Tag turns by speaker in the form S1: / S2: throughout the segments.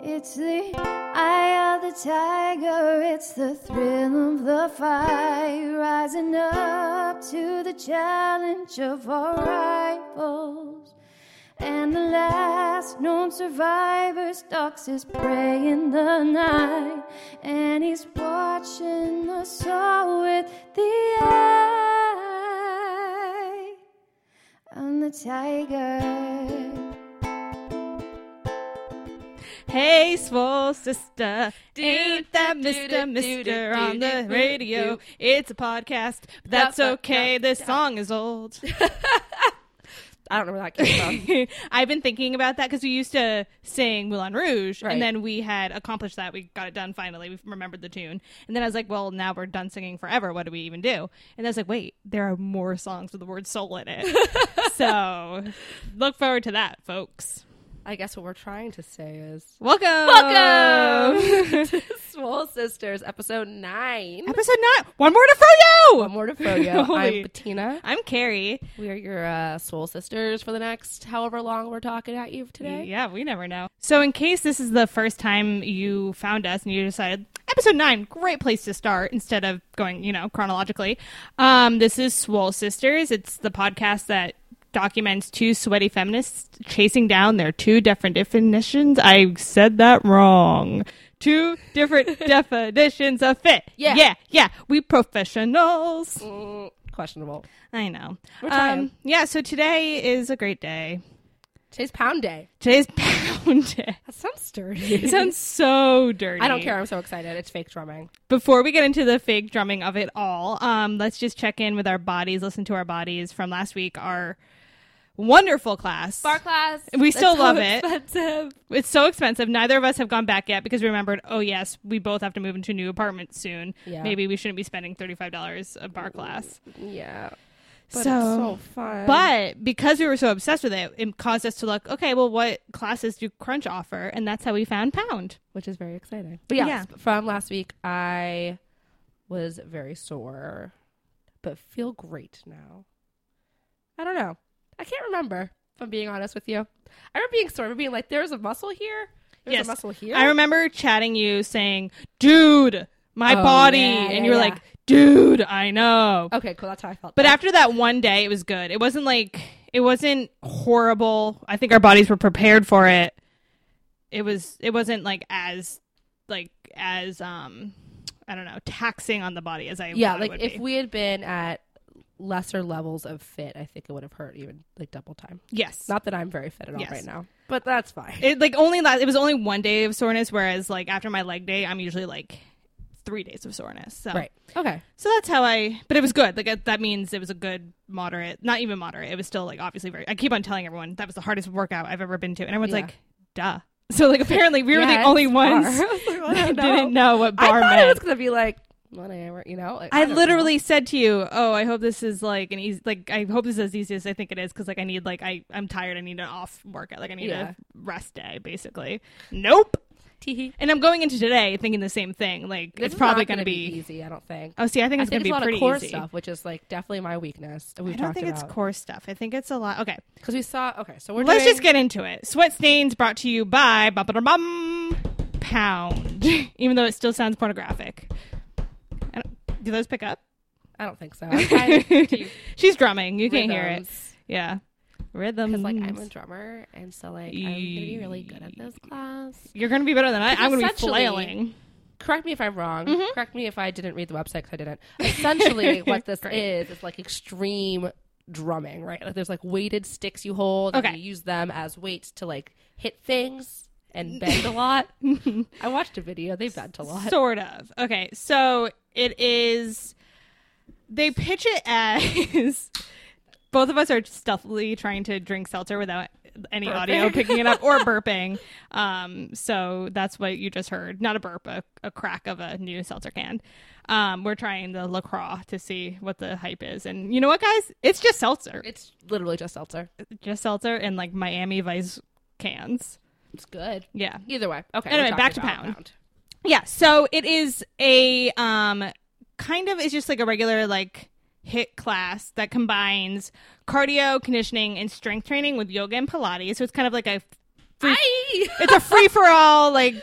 S1: It's the eye of the tiger, it's the thrill of the fight, rising up to the challenge of our rivals. And the last known survivor stalks his prey in the night, and he's watching the soul with the eye. I'm the tiger.
S2: Hey, swole sister,
S3: Do,
S2: ain't that
S3: do, do, do,
S2: Mr. Mister
S3: do, do,
S2: on the
S3: do, do,
S2: radio?
S3: do.
S2: It's a podcast, but that's
S3: Da, ba,
S2: okay.
S3: da,
S2: This
S3: da.
S2: song is old.
S3: I don't know where that came from.
S2: I've been thinking about that because we used to sing Moulin Rouge,
S3: Right.
S2: and then we had accomplished that. We got it done finally. We remembered the tune, and then I was like, "Well, now we're done singing forever. What do we even do?" And I was like, "Wait, there are more songs with the word soul in it." so, look forward to that, folks.
S3: I guess what we're trying to say is
S2: Welcome,
S3: welcome to Swole Sisters, episode nine.
S2: Episode nine. One more to fro you.
S3: One more to Froyo.
S2: Holy-
S3: I'm Bettina.
S2: I'm Carrie.
S3: We are your uh, Swole Sisters for the next however long we're talking at you today.
S2: Yeah, we never know. So, in case this is the first time you found us and you decided episode nine, great place to start instead of going, you know, chronologically, um, this is Swole Sisters. It's the podcast that documents two sweaty feminists chasing down their two different definitions. I said that wrong. Two different definitions of fit.
S3: Yeah.
S2: Yeah. Yeah. We professionals.
S3: Mm, questionable.
S2: I know. Um,
S3: We're trying.
S2: yeah. So today is a great day.
S3: Today's pound day.
S2: Today's pound day.
S3: That sounds dirty.
S2: It sounds so dirty.
S3: I don't care. I'm so excited. It's fake drumming.
S2: Before we get into the fake drumming of it all, um, let's just check in with our bodies, listen to our bodies from last week, our wonderful class.
S3: class.
S2: We still love it.
S3: Expensive.
S2: It's so expensive. Neither of us have gone back yet because we remembered, oh, yes, we both have to move into a new apartment soon.
S3: Yeah.
S2: Maybe we shouldn't be spending $35 a bar class.
S3: Yeah.
S2: So-
S3: But it's so fun.
S2: But because we were so obsessed with it, it caused us to look, okay, well, what classes do Crunch offer? And that's how we found Pound.
S3: which is very exciting. But yes,
S2: Yeah.
S3: from last week, I was very sore, but feel great now. I don't know. I can't remember. If I'm being honest with you, I remember being sore, I remember being like, "There's a muscle here. There's
S2: Yes.
S3: a muscle here."
S2: I remember chatting you saying, dude, my
S3: Oh,
S2: body.
S3: yeah,
S2: and
S3: yeah,
S2: you were
S3: yeah. Oh.
S2: like, dude, I know.
S3: okay, cool. That's how I felt.
S2: But
S3: then.
S2: after that one day, it was good. It wasn't like, it wasn't horrible. I think our bodies were prepared for it. It was, it wasn't like as, like, as, um, I don't know, taxing on the body as I
S3: yeah,
S2: thought it
S3: like
S2: would
S3: if
S2: be.
S3: we had been at lesser levels of fit, I think it would have hurt even like double time.
S2: yes,
S3: Not that I'm very fit at all right
S2: Yes.
S3: now, but that's fine.
S2: it like only la- it was only one day of soreness, whereas like after my leg day, I'm usually like three days of soreness. So
S3: right. Okay.
S2: So that's how I. But it was good. Like it- that means it was a good moderate, not even moderate. It was still like obviously very. I keep on telling everyone that was the hardest workout I've ever been to, and everyone's
S3: Yeah.
S2: like, "Duh." So like apparently we were
S3: Yeah,
S2: the only
S3: it's
S2: ones
S3: bar. I was like, I
S2: that
S3: don't
S2: didn't
S3: know.
S2: know what
S3: I
S2: bar
S3: thought
S2: meant.
S3: it was gonna be like whatever, you know. Like,
S2: I
S3: don't
S2: literally said to you, "Oh, I hope this is like an easy. Like I hope this is as easy as I think it is because like I need like I I'm tired. I need an off workout. Like I need
S3: Yeah.
S2: a rest day, basically. Nope.
S3: know.
S2: And I'm going into today thinking the same thing. Like
S3: This
S2: it's
S3: is
S2: probably
S3: not
S2: going to
S3: gonna
S2: be.
S3: easy. I don't think.
S2: Oh, see, I think
S3: I
S2: it's
S3: think
S2: going to
S3: it's a
S2: be
S3: lot of
S2: pretty
S3: core
S2: easy.
S3: stuff, which is like definitely my weakness. that
S2: I
S3: We've
S2: don't
S3: talked
S2: think it's
S3: about.
S2: core stuff. I think it's a lot. Okay,
S3: because we saw. Okay, so we're
S2: let's
S3: doing-
S2: just get into it. Sweat stains brought to you by bum, bum, bum, Pound. Even though it still sounds pornographic. I don't- do those pick up?
S3: I don't think so. I
S2: She's drumming. You can't hear it. Mm. Yeah, rhythm.
S3: Because like I'm a drummer, and so like I'm gonna be really good at this class.
S2: You're gonna be better than I. I'm gonna be
S3: Essentially-
S2: flailing.
S3: Correct me if I'm wrong.
S2: Mm-hmm.
S3: Correct me if I didn't read the website 'cause I didn't. Essentially, what this is is like extreme drumming, right? Like there's like weighted sticks you hold. and
S2: Okay.
S3: you use them as weights to like hit things and bend a lot. I watched a video. They bent a lot.
S2: Sort of. Okay, so it is. They pitch it as both of us are stealthily trying to drink seltzer without any audio picking it up or burping. Um, so that's what you just heard. Not a burp, a, a crack of a new seltzer can. Um, we're trying the LaCroix to see what the hype is. And you know what, guys? It's just seltzer.
S3: It's literally just seltzer.
S2: just seltzer and like Miami Vice cans.
S3: It's good.
S2: Yeah.
S3: Either way. Okay.
S2: Anyway,
S3: we're
S2: back
S3: talking
S2: to
S3: about
S2: Pound. Yeah, so it is a um kind of it's just like a regular like hit class that combines cardio, conditioning and strength training with yoga and pilates. So it's kind of like a free it's a free for all like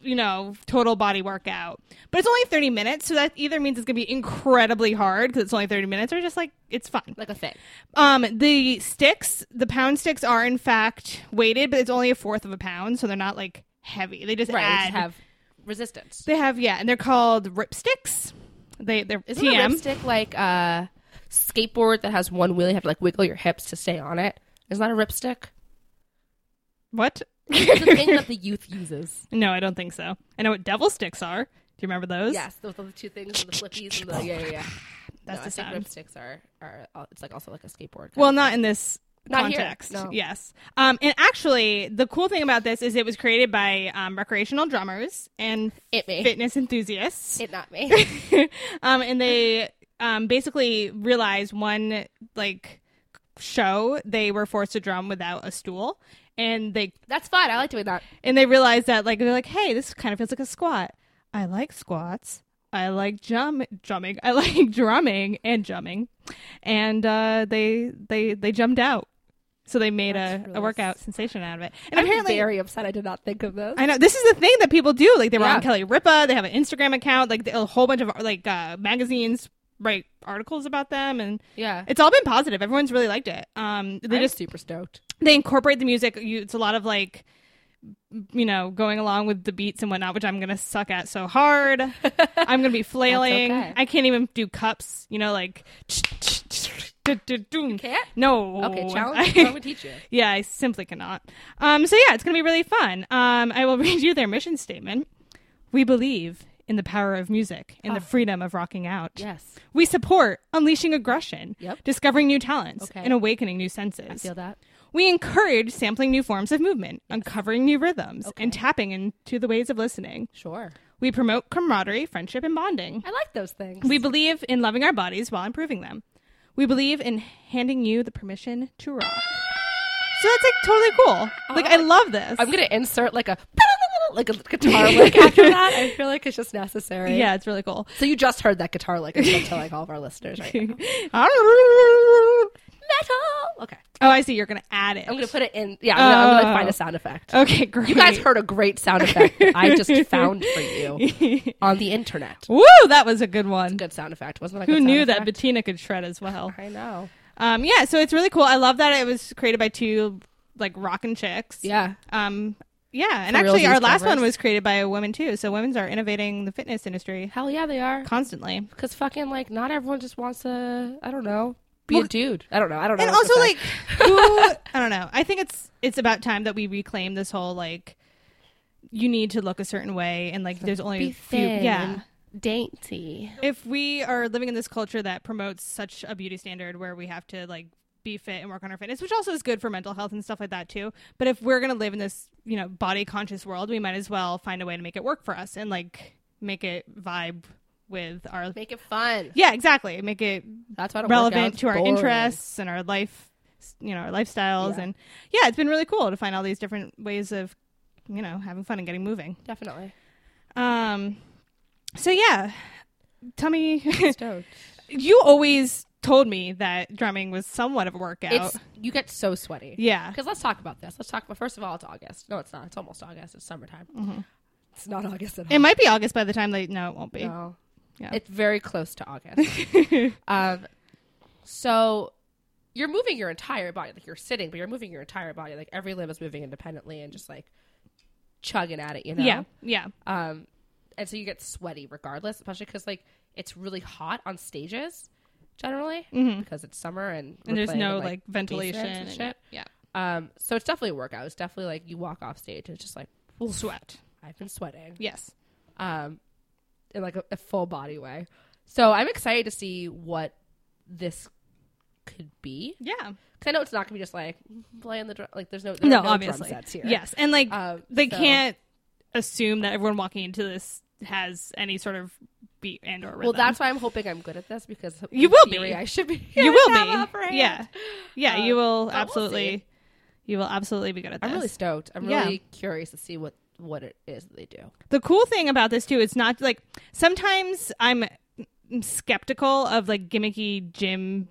S2: you know total body workout but it's only 30 minutes so that either means it's going to be incredibly hard because it's only 30 minutes or just like it's fun
S3: like a thing.
S2: um the sticks the pound sticks are in fact weighted but it's only a fourth of a pound so they're not like heavy they just
S3: Right.
S2: add
S3: Just have resistance.
S2: they have yeah and they're called rip sticks they they're
S3: Isn't
S2: TM.
S3: a ripstick like a skateboard that has one wheel? You have to like wiggle your hips to stay on it. Isn't that a ripstick?
S2: what
S3: It's a thing that the youth uses.
S2: no i don't think so i know what devil sticks are do you remember those
S3: Yes, those are the two things, the flippies and the yeah, yeah. yeah.
S2: that's
S3: no,
S2: the
S3: I think
S2: sound
S3: ripsticks are are al- it's like also like a skateboard. kind
S2: Well,
S3: of-
S2: not in this
S3: Not here,
S2: context.
S3: no.
S2: Yes. Um, and actually, the cool thing about this is it was created by um, recreational drummers and
S3: it me,
S2: fitness enthusiasts.
S3: it not me.
S2: um, and they um, basically realized one like show they were forced to drum without a stool, and they
S3: That's fun. I like doing that.
S2: and they realized that like they're like, hey, this kind of feels like a squat. I like squats. I like jum drumming. I like drumming and jumping, and uh, they they they jumped out. So they made a,
S3: That's
S2: a
S3: really
S2: workout
S3: s-
S2: sensation out of it. And apparently,
S3: very upset. I did not think of this.
S2: I know this is the thing that people do. Like they were
S3: Yeah.
S2: on Kelly Ripa. They have an Instagram account. Like a whole bunch of like uh, magazines write articles about them, and
S3: yeah,
S2: it's all been positive. Everyone's really liked it. Um, they
S3: I'm
S2: just
S3: super stoked.
S2: they incorporate the music. You, it's a lot of like, you know, going along with the beats and whatnot, which I'm gonna suck at so hard. I'm gonna be flailing.
S3: okay.
S2: I can't even do cups. You know, like.
S3: can't?
S2: No.
S3: Okay, challenge. I'm gonna teach you.
S2: Yeah, I simply cannot. Um, so yeah, it's going to be really fun. Um, I will read you their mission statement. We believe in the power of music and
S3: Ah.
S2: the freedom of rocking out.
S3: Yes.
S2: We support unleashing aggression,
S3: Yep.
S2: discovering new talents,
S3: Okay.
S2: and awakening new senses.
S3: Feel that?
S2: We encourage sampling new forms of movement, uncovering new rhythms, and tapping into the ways of listening.
S3: Sure.
S2: We promote camaraderie, friendship, and bonding.
S3: I like those things.
S2: We believe in loving our bodies while improving them. We believe in handing you the permission to rock. So that's like totally cool. Like I love this.
S3: I'm gonna insert like a like a guitar lick after that. I feel like it's just necessary.
S2: yeah, it's really cool.
S3: So you just heard that guitar lick. I'm gonna tell like all of our listeners right now.
S2: oh,
S3: Metal. Okay.
S2: I see. You're gonna add it.
S3: I'm gonna put it in. Yeah. I'm gonna, I'm gonna
S2: Oh.
S3: find a sound effect.
S2: okay, great.
S3: You guys heard a great sound effect that I just found for you on the internet.
S2: Woo, that was a good one.
S3: Good sound effect, wasn't it?
S2: Who knew that Bettina could shred as well?
S3: I know.
S2: Um, yeah, so it's really cool. I love that it was created by two like rockin' chicks.
S3: Yeah.
S2: Um, yeah, and
S3: For real
S2: actually, our
S3: juice
S2: last one
S3: lovers.
S2: was created by a woman too. So women's are innovating the fitness industry
S3: Hell yeah, they are.
S2: constantly.
S3: Because fucking like, not everyone just wants to. I don't know. Be a
S2: Well,
S3: dude. I don't know. I don't know.
S2: and
S3: what to
S2: also
S3: say.
S2: like who i don't know i think it's it's about time that we reclaim this whole like you need to look a certain way and like there's only
S3: be
S2: a few
S3: thin.
S2: yeah
S3: and dainty.
S2: if we are living in this culture that promotes such a beauty standard where we have to like be fit and work on our fitness which also is good for mental health and stuff like that too but if we're going to live in this you know body conscious world we might as well find a way to make it work for us and like make it vibe with our
S3: Make it fun.
S2: yeah exactly make it
S3: That's what
S2: relevant to our interests and our life you know our lifestyles
S3: Yeah.
S2: and yeah it's been really cool to find all these different ways of you know having fun and getting moving
S3: Definitely.
S2: um so yeah tell me
S3: Stoked.
S2: you always told me that drumming was somewhat of a workout
S3: It's you get so sweaty.
S2: yeah
S3: Because let's talk about this. Let's talk about first of all, it's August. No, it's not. It's almost August. It's summertime. It's not August at all.
S2: Mm-hmm. it might be august by the time they no it won't be
S3: No.
S2: Yeah.
S3: It's very close to August. um, so you're moving your entire body, like you're sitting, but you're moving your entire body. Like every limb is moving independently and just like chugging at it, you know?
S2: yeah yeah
S3: Um, and so you get sweaty regardless, especially because like it's really hot on stages generally because it's summer and we're
S2: Mm-hmm. and there's
S3: playing
S2: no
S3: in,
S2: like, ventilation
S3: basements and shit.
S2: yeah
S3: Um, so it's definitely a workout. It's definitely like you walk off stage and it's just like
S2: sweat
S3: I've been sweating
S2: yes
S3: um, in like a, a full body way. So I'm excited to see what this could be
S2: yeah
S3: because I know it's not gonna be just like playing the drum. Like there's no there
S2: no,
S3: are
S2: obviously
S3: drum sets here.
S2: yes and like
S3: Um,
S2: they
S3: so-
S2: can't assume that everyone walking into this has any sort of beat and or rhythm.
S3: Well, that's why I'm hoping I'm good at this because
S2: You
S3: in
S2: will
S3: theory,
S2: be.
S3: I should be.
S2: you will
S3: have
S2: be
S3: upper hand. Uh,
S2: yeah yeah you will
S3: but we'll
S2: absolutely you will absolutely be good at this
S3: I'm really stoked. I'm
S2: Yeah.
S3: really curious to see what what it is that they do.
S2: the cool thing about this too is not like sometimes i'm skeptical of like gimmicky gym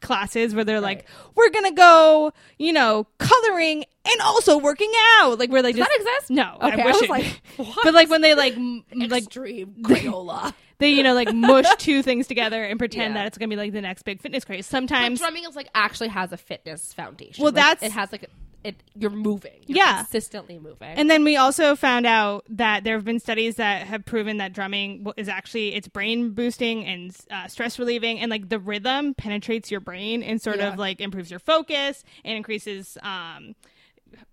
S2: classes where they're like, we're gonna go, you know, coloring and also working out. Like where they
S3: Does
S2: just
S3: that exist?
S2: no,
S3: Okay,
S2: I
S3: I,
S2: wish
S3: was
S2: it-
S3: like, what?
S2: but like when they like m- like
S3: extreme Crayola.
S2: they you know like mush two things together and pretend
S3: Yeah.
S2: that it's gonna be like the next big fitness craze.
S3: And
S2: Sometimes
S3: drumming is like actually has a fitness foundation.
S2: Well,
S3: Like,
S2: that's-
S3: it has like a- it. You're moving. You're
S2: Yeah.
S3: consistently moving.
S2: And then we also found out that there have been studies that have proven that drumming w- is actually it's brain boosting and uh, stress relieving, and like the rhythm penetrates your brain and sort
S3: Yeah.
S2: of like improves your focus and increases um,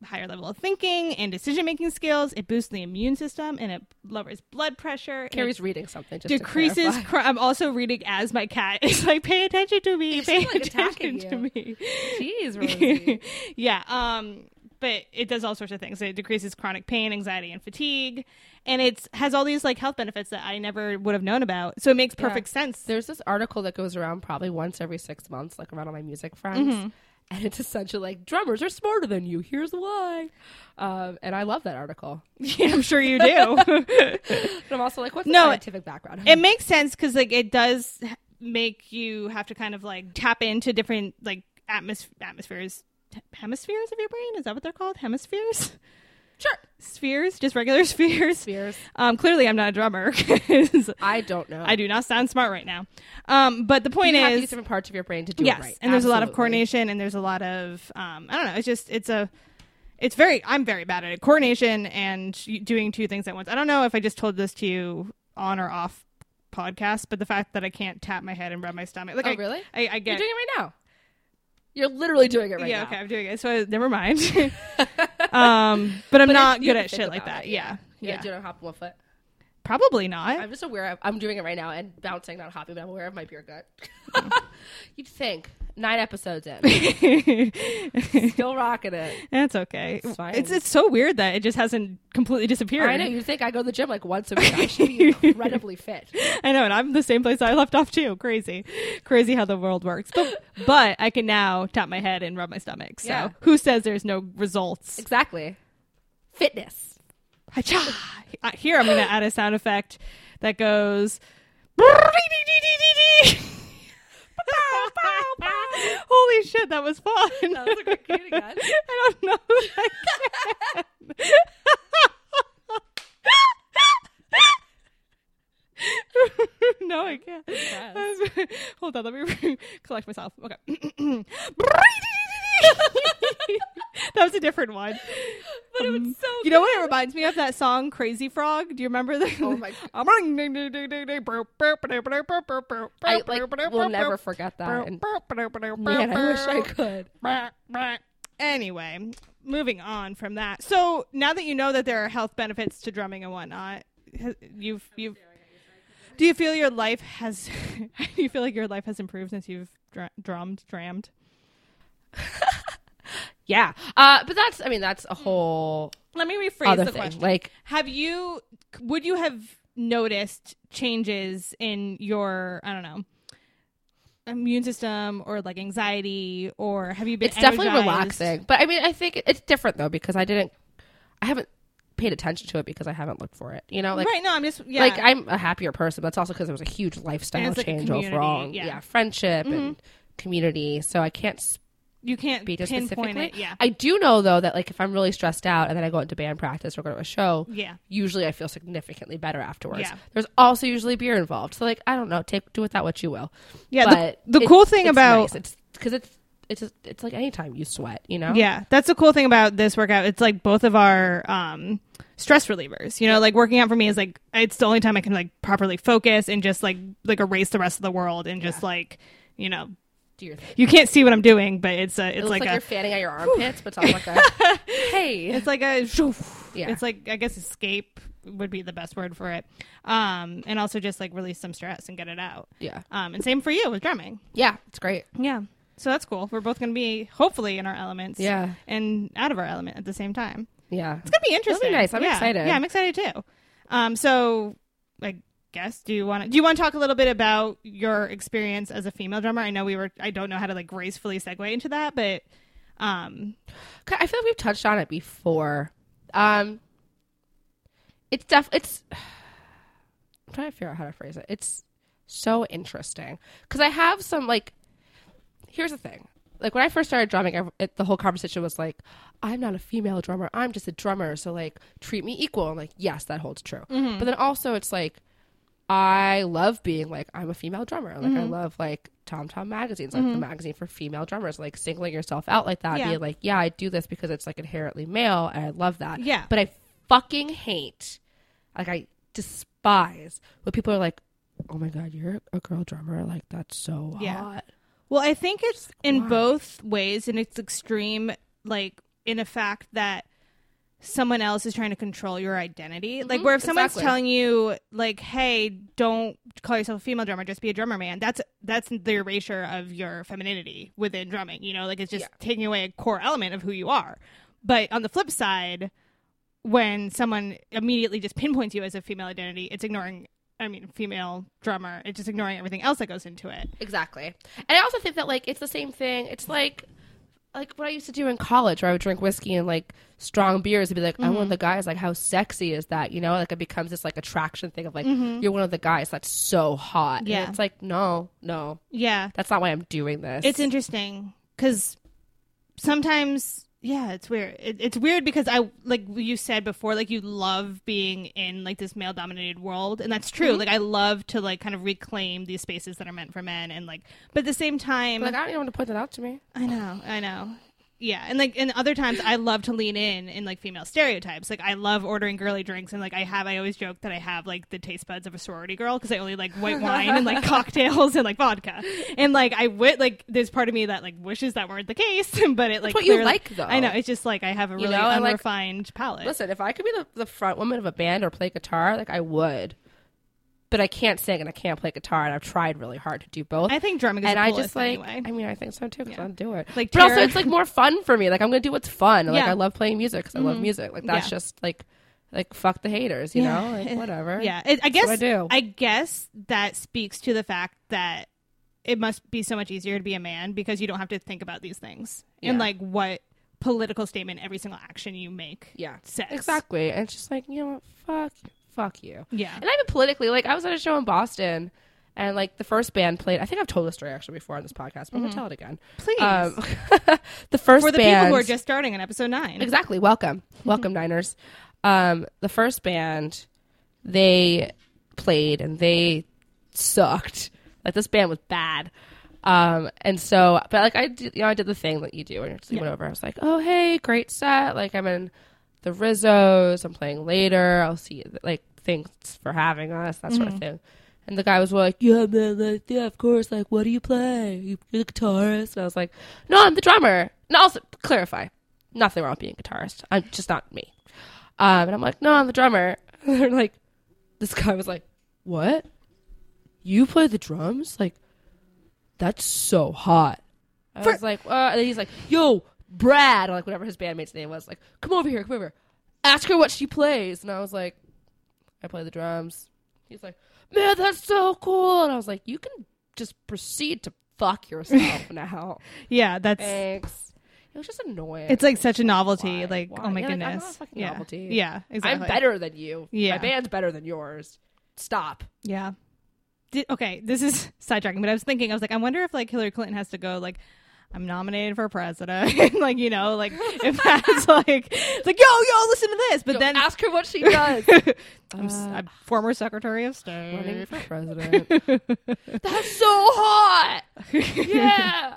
S2: higher level of thinking and decision making skills. It boosts the immune system and it lowers blood pressure. and it
S3: Carrie's reading something. Just to
S2: Decreases.
S3: clarify.
S2: Cr- I'm also reading as my cat is like, pay attention to me,
S3: She's,
S2: pay
S3: like, attacking
S2: attention to me.
S3: Jeez, Rosie.
S2: yeah. Um, but it does all sorts of things. It decreases chronic pain, anxiety, and fatigue, and it's has all these like health benefits that I never would have known about. So it makes perfect sense.
S3: There's this article that goes around probably once every six months, like around all my music friends.
S2: Mm-hmm.
S3: And it's essentially like drummers are smarter than you. Here's why, um, and I love that article.
S2: Yeah, I'm sure you do.
S3: But I'm also like, what's
S2: No,
S3: the scientific background?
S2: it makes sense because like it does h- make you have to kind of like tap into different like atmos- atmospheres, t- hemispheres of your brain. Is that what they're called? Hemispheres.
S3: sure,
S2: spheres, just regular spheres.
S3: Spears.
S2: Um, clearly, I'm not a drummer. 'cause
S3: I don't know.
S2: I do not sound smart right now. Um, but the point
S3: you have
S2: is,
S3: these different parts of your brain to do
S2: yes,
S3: it right.
S2: and there's a lot of
S3: Absolutely.
S2: coordination, and there's a lot of um, I don't know. It's just it's a it's very I'm very bad at it. Coordination and y- doing two things at once. I don't know if I just told this to you on or off podcast, but the fact that I can't tap my head and rub my stomach, like
S3: Oh,
S2: I,
S3: really?
S2: I, I
S3: You're
S2: get
S3: doing it right now. You're literally doing it right
S2: yeah,
S3: now.
S2: okay, I'm doing it. So I, never mind. um, but I'm
S3: But
S2: not
S3: if you
S2: good at
S3: think
S2: shit like
S3: about
S2: that.
S3: it,
S2: Yeah,
S3: Yeah.
S2: yeah,
S3: Do you know how to hop on one foot?
S2: probably not.
S3: I'm just aware of, I'm doing it right now and bouncing, not hopping, but I'm aware of my beer gut. You'd think nine episodes in, still rocking it.
S2: That's okay. It's,
S3: fine.
S2: it's so weird that it just hasn't completely disappeared.
S3: I know you'd think I go to the gym like once a week. I should be incredibly fit.
S2: I know, and I'm the same place I left off too. Crazy, crazy how the world works. But but I can now tap my head and rub my stomach. So
S3: Yeah.
S2: who says there's no results?
S3: Exactly. Fitness.
S2: Hi-cha! Uh, Here I'm going to add a sound effect that goes. Holy shit, that was fun. That
S3: was a good key to get.
S2: I don't know. if I can. no, I can't. Um, hold on, let me collect myself. Okay. that was a different one.
S3: But it was so.
S2: You know what it reminds me of? That song Crazy Frog. Do you remember that?
S3: Oh my
S2: I'm running.
S3: I like will never forget that. And man, I wish I could.
S2: could. Anyway, moving on from that. So now that you know that there are health benefits to drumming and whatnot, ha- you've you've do you feel your life has? do you feel like your life has improved since you've dr- drummed, drammed?
S3: Yeah. Uh, but that's. I mean, that's a whole
S2: Let me rephrase
S3: other
S2: the
S3: thing.
S2: question.
S3: Like,
S2: Have you? Would you have noticed changes in your? I don't know. Immune system, or like anxiety, or have you been?
S3: it's definitely
S2: energized?
S3: relaxing. But I mean, I think it- it's different though because I didn't. I haven't paid attention to it because I haven't looked for it. You know, like
S2: right? No, I'm just yeah.
S3: Like I'm a happier person. That's also because it was a huge lifestyle
S2: it's like a
S3: change
S2: community,
S3: overall.
S2: yeah.
S3: Yeah, friendship and community. So I can't speak
S2: you can't
S3: to
S2: pinpoint
S3: specifically.
S2: it. Yeah,
S3: I do know though that like if I'm really stressed out and then I go into band practice or go to a show,
S2: Yeah.
S3: usually I feel significantly better afterwards.
S2: Yeah.
S3: There's also usually beer involved. So like I don't know, take do with that what you will.
S2: Yeah, the-
S3: But
S2: the cool thing
S3: it's
S2: about-
S3: nice. it's because it's it's just, it's like anytime you sweat, you know.
S2: Yeah, that's the cool thing about this workout. It's like both of our um, stress relievers. You know, like working out for me is like it's the only time I can like properly focus and just like like erase the rest of the world and just like you know
S3: Do your thing.
S2: you can't see what I'm doing, but it's a
S3: It
S2: it's
S3: looks like,
S2: like,
S3: you're
S2: a
S3: fanning out your armpits, but it's all like a hey.
S2: it's like a
S3: Yeah.
S2: it's like I guess escape would be the best word for it. Um, and also just like release some stress and get it out.
S3: Yeah,
S2: Um, and same for you with drumming.
S3: yeah, it's great.
S2: Yeah. So that's cool. We're both going to be hopefully in our elements.
S3: Yeah.
S2: And out of our element at the same time.
S3: Yeah,
S2: It's going to be interesting.
S3: nice. I'm
S2: Yeah.
S3: excited.
S2: Yeah, I'm excited too. Um, so I guess do you want to do you want to talk a little bit about your experience as a female drummer? I know we were I don't know how to like gracefully segue into that, but um,
S3: Okay, I feel like we've touched on it before. Um, it's def it's. I'm trying to figure out how to phrase it. It's so interesting because I have some like here's the thing. Like when I first started drumming, I, it, the whole conversation was like, "I'm not a female drummer. I'm just a drummer. So like, treat me equal." I'm like, "Yes, that holds true." But then also, it's like, I love being like, I'm a female drummer. Like I love like Tom Tom magazines, like the magazine for female drummers. Like singling yourself out like that,
S2: Yeah.
S3: being like, "Yeah, I do this because it's like inherently male, and I love that."
S2: Yeah.
S3: But I fucking hate, like I despise when people are like, "Oh my god, you're a girl drummer. Like that's so
S2: Yeah.
S3: hot."
S2: Well, I think it's in
S3: Why?
S2: both ways, and it's extreme, like in a fact that someone else is trying to control your identity. Like, where if someone's
S3: Mm-hmm. exactly.
S2: telling you, like, "Hey, don't call yourself a female drummer; just be a drummer man." That's that's the erasure of your femininity within drumming. You know, like it's just
S3: Yeah.
S2: taking away a core element of who you are. But on the flip side, when someone immediately just pinpoints you as a female identity, it's ignoring. I mean, female drummer. It's just ignoring everything else that goes into it.
S3: Exactly. And I also think that like it's the same thing. It's like like what I used to do in college where I would drink whiskey and like strong beers and be like, I'm one of the guys, like how sexy is that? You know, like it becomes this like attraction thing of like you're one of the guys that's so hot. And
S2: Yeah.
S3: it's like, no, no,
S2: Yeah.
S3: that's not why I'm doing this.
S2: It's interesting because sometimes, yeah, it's weird. It, it's weird because I like you said before, like you love being in like this male dominated world, and that's true. Like I love to like kind of reclaim these spaces that are meant for men, and like, but at the same time,
S3: like I don't even want to point that out to me.
S2: I know, I know. Yeah, and like and other times I love to lean in in like female stereotypes. Like I love ordering girly drinks and like I have I always joke that I have like the taste buds of a sorority girl because I only like white wine and like cocktails and like vodka. And like I would like there's part of me that like wishes that weren't the case, but it like
S3: what you
S2: clearly-
S3: like, though.
S2: I know it's just like I have a really
S3: know, and, like,
S2: unrefined palate.
S3: Listen, if I could be the, the front woman of a band or play guitar, like I would. But I can't sing and I can't play guitar and I've tried really hard to do both.
S2: I think drumming is
S3: and
S2: the
S3: I
S2: coolest
S3: just like
S2: anyway.
S3: I mean I think so too because
S2: Yeah.
S3: I'll do it.
S2: Like
S3: but also
S2: terror-
S3: it's like more fun for me. Like I'm gonna do what's fun. Like
S2: Yeah. Mm-hmm.
S3: I love playing music because I love music. Like that's
S2: Yeah.
S3: just like like fuck the haters, you
S2: Yeah.
S3: know? Like whatever.
S2: Yeah, it, I guess
S3: what I do.
S2: guess that speaks to the fact that it must be so much easier to be a man because you don't have to think about these things and
S3: Yeah.
S2: like what political statement every single action you make.
S3: Yeah.
S2: says.
S3: Exactly. And it's just like, you know what? Fuck fuck you.
S2: Yeah.
S3: And even politically, like I was at a show in Boston and like the first band played I think I've told this story actually before on this podcast, but I'm gonna
S2: Mm-hmm.
S3: tell it again.
S2: Please.
S3: Um, the first
S2: Uh, For the
S3: band, Mm-hmm.
S2: people who are just starting on episode nine.
S3: Exactly. Welcome. Welcome, Niners. Um, the first band, they played and they sucked. Like this band was bad. Um, and so, but like I did, you know, I did the thing that you do and just went over. I was like, oh, hey, great set. Like I'm in the Rizzos. I'm playing later. I'll see you. Like thanks for having us. That sort of thing. And the guy was like, yeah, man, like, yeah, of course. Like, what do you play? You- You're the guitarist? And I was like, no, I'm the drummer. And also, clarify, nothing wrong with being a guitarist. I'm just not me. Um, and I'm like, no, I'm the drummer. And they're like, this guy was like, what? You play the drums? Like, that's so hot. I was like, uh, and then he's like, yo, Brad, or like whatever his bandmate's name was, like, come over here, come over. Ask her what she plays. And I was like, I play the drums. He's like, man, that's so cool. And I was like, you can just proceed to fuck yourself now.
S2: Yeah, that's
S3: Thanks. It was just annoying.
S2: it's like such a novelty.
S3: Why?
S2: Like,
S3: Why?
S2: oh my
S3: Yeah, like, I'm not a
S2: goodness.
S3: fucking
S2: yeah.
S3: novelty.
S2: Yeah, exactly.
S3: I'm better than you.
S2: Yeah.
S3: My band's better than yours. Stop.
S2: Yeah. Did, okay, this is sidetracking, but I was thinking, I was like, I wonder if like Hillary Clinton has to go like, I'm nominated for president, like you know, like if that's like, it's like yo yo, listen to this, but
S3: Yo,
S2: then
S3: ask her what she does.
S2: I'm, s am former Secretary of
S3: running
S2: State.
S3: for president. That's so hot. Yeah.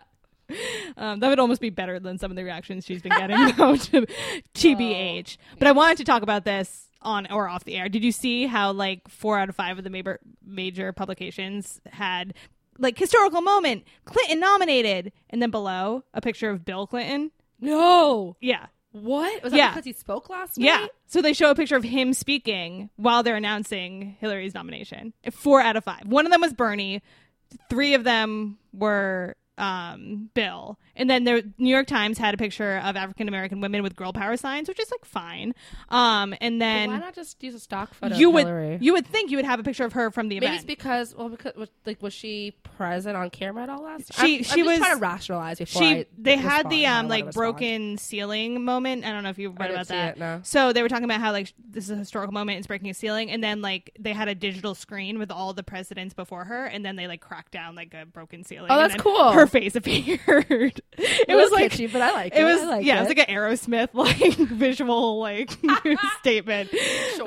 S2: Um, that would almost be better than some of the reactions she's been getting, though, to, TBH. But I wanted to talk about this on or off the air. Did you see how, like, four out of five of the major, major publications had, like, historical moment, Clinton nominated, and then below, a picture of Bill Clinton?
S3: No.
S2: Yeah.
S3: What? Was that
S2: Yeah.
S3: because he spoke last night?
S2: Yeah. So they show a picture of him speaking while they're announcing Hillary's nomination. Four out of five. One of them was Bernie. Three of them were um, Bill. And then the New York Times had a picture of African American women with girl power signs, which is like fine. Um, and
S3: Why
S2: then
S3: not just use a stock photo?
S2: you
S3: of
S2: would
S3: Hillary?
S2: you would think you would have a picture of her from the
S3: Maybe it's
S2: event.
S3: because well, because was- like was she present on camera at all last?
S2: She-
S3: I'm,
S2: she
S3: I'm just
S2: was-
S3: trying to rationalize before
S2: she
S3: I
S2: they had
S3: respond,
S2: the
S3: how I
S2: um
S3: wanna
S2: like
S3: respond.
S2: broken ceiling moment. I don't know if you read
S3: didn't
S2: about
S3: see
S2: that.
S3: it, no.
S2: So they were talking about how like sh- this is a historical moment. It's breaking a ceiling, and then like they had a digital screen with all the presidents before her, and then they like cracked down like a broken ceiling.
S3: Oh,
S2: and then
S3: that's cool.
S2: Her face appeared. It
S3: It was
S2: was like
S3: kitschy, but I like it.
S2: it was
S3: I like
S2: yeah,
S3: it.
S2: it was like an Aerosmith like visual like statement.
S3: Sure.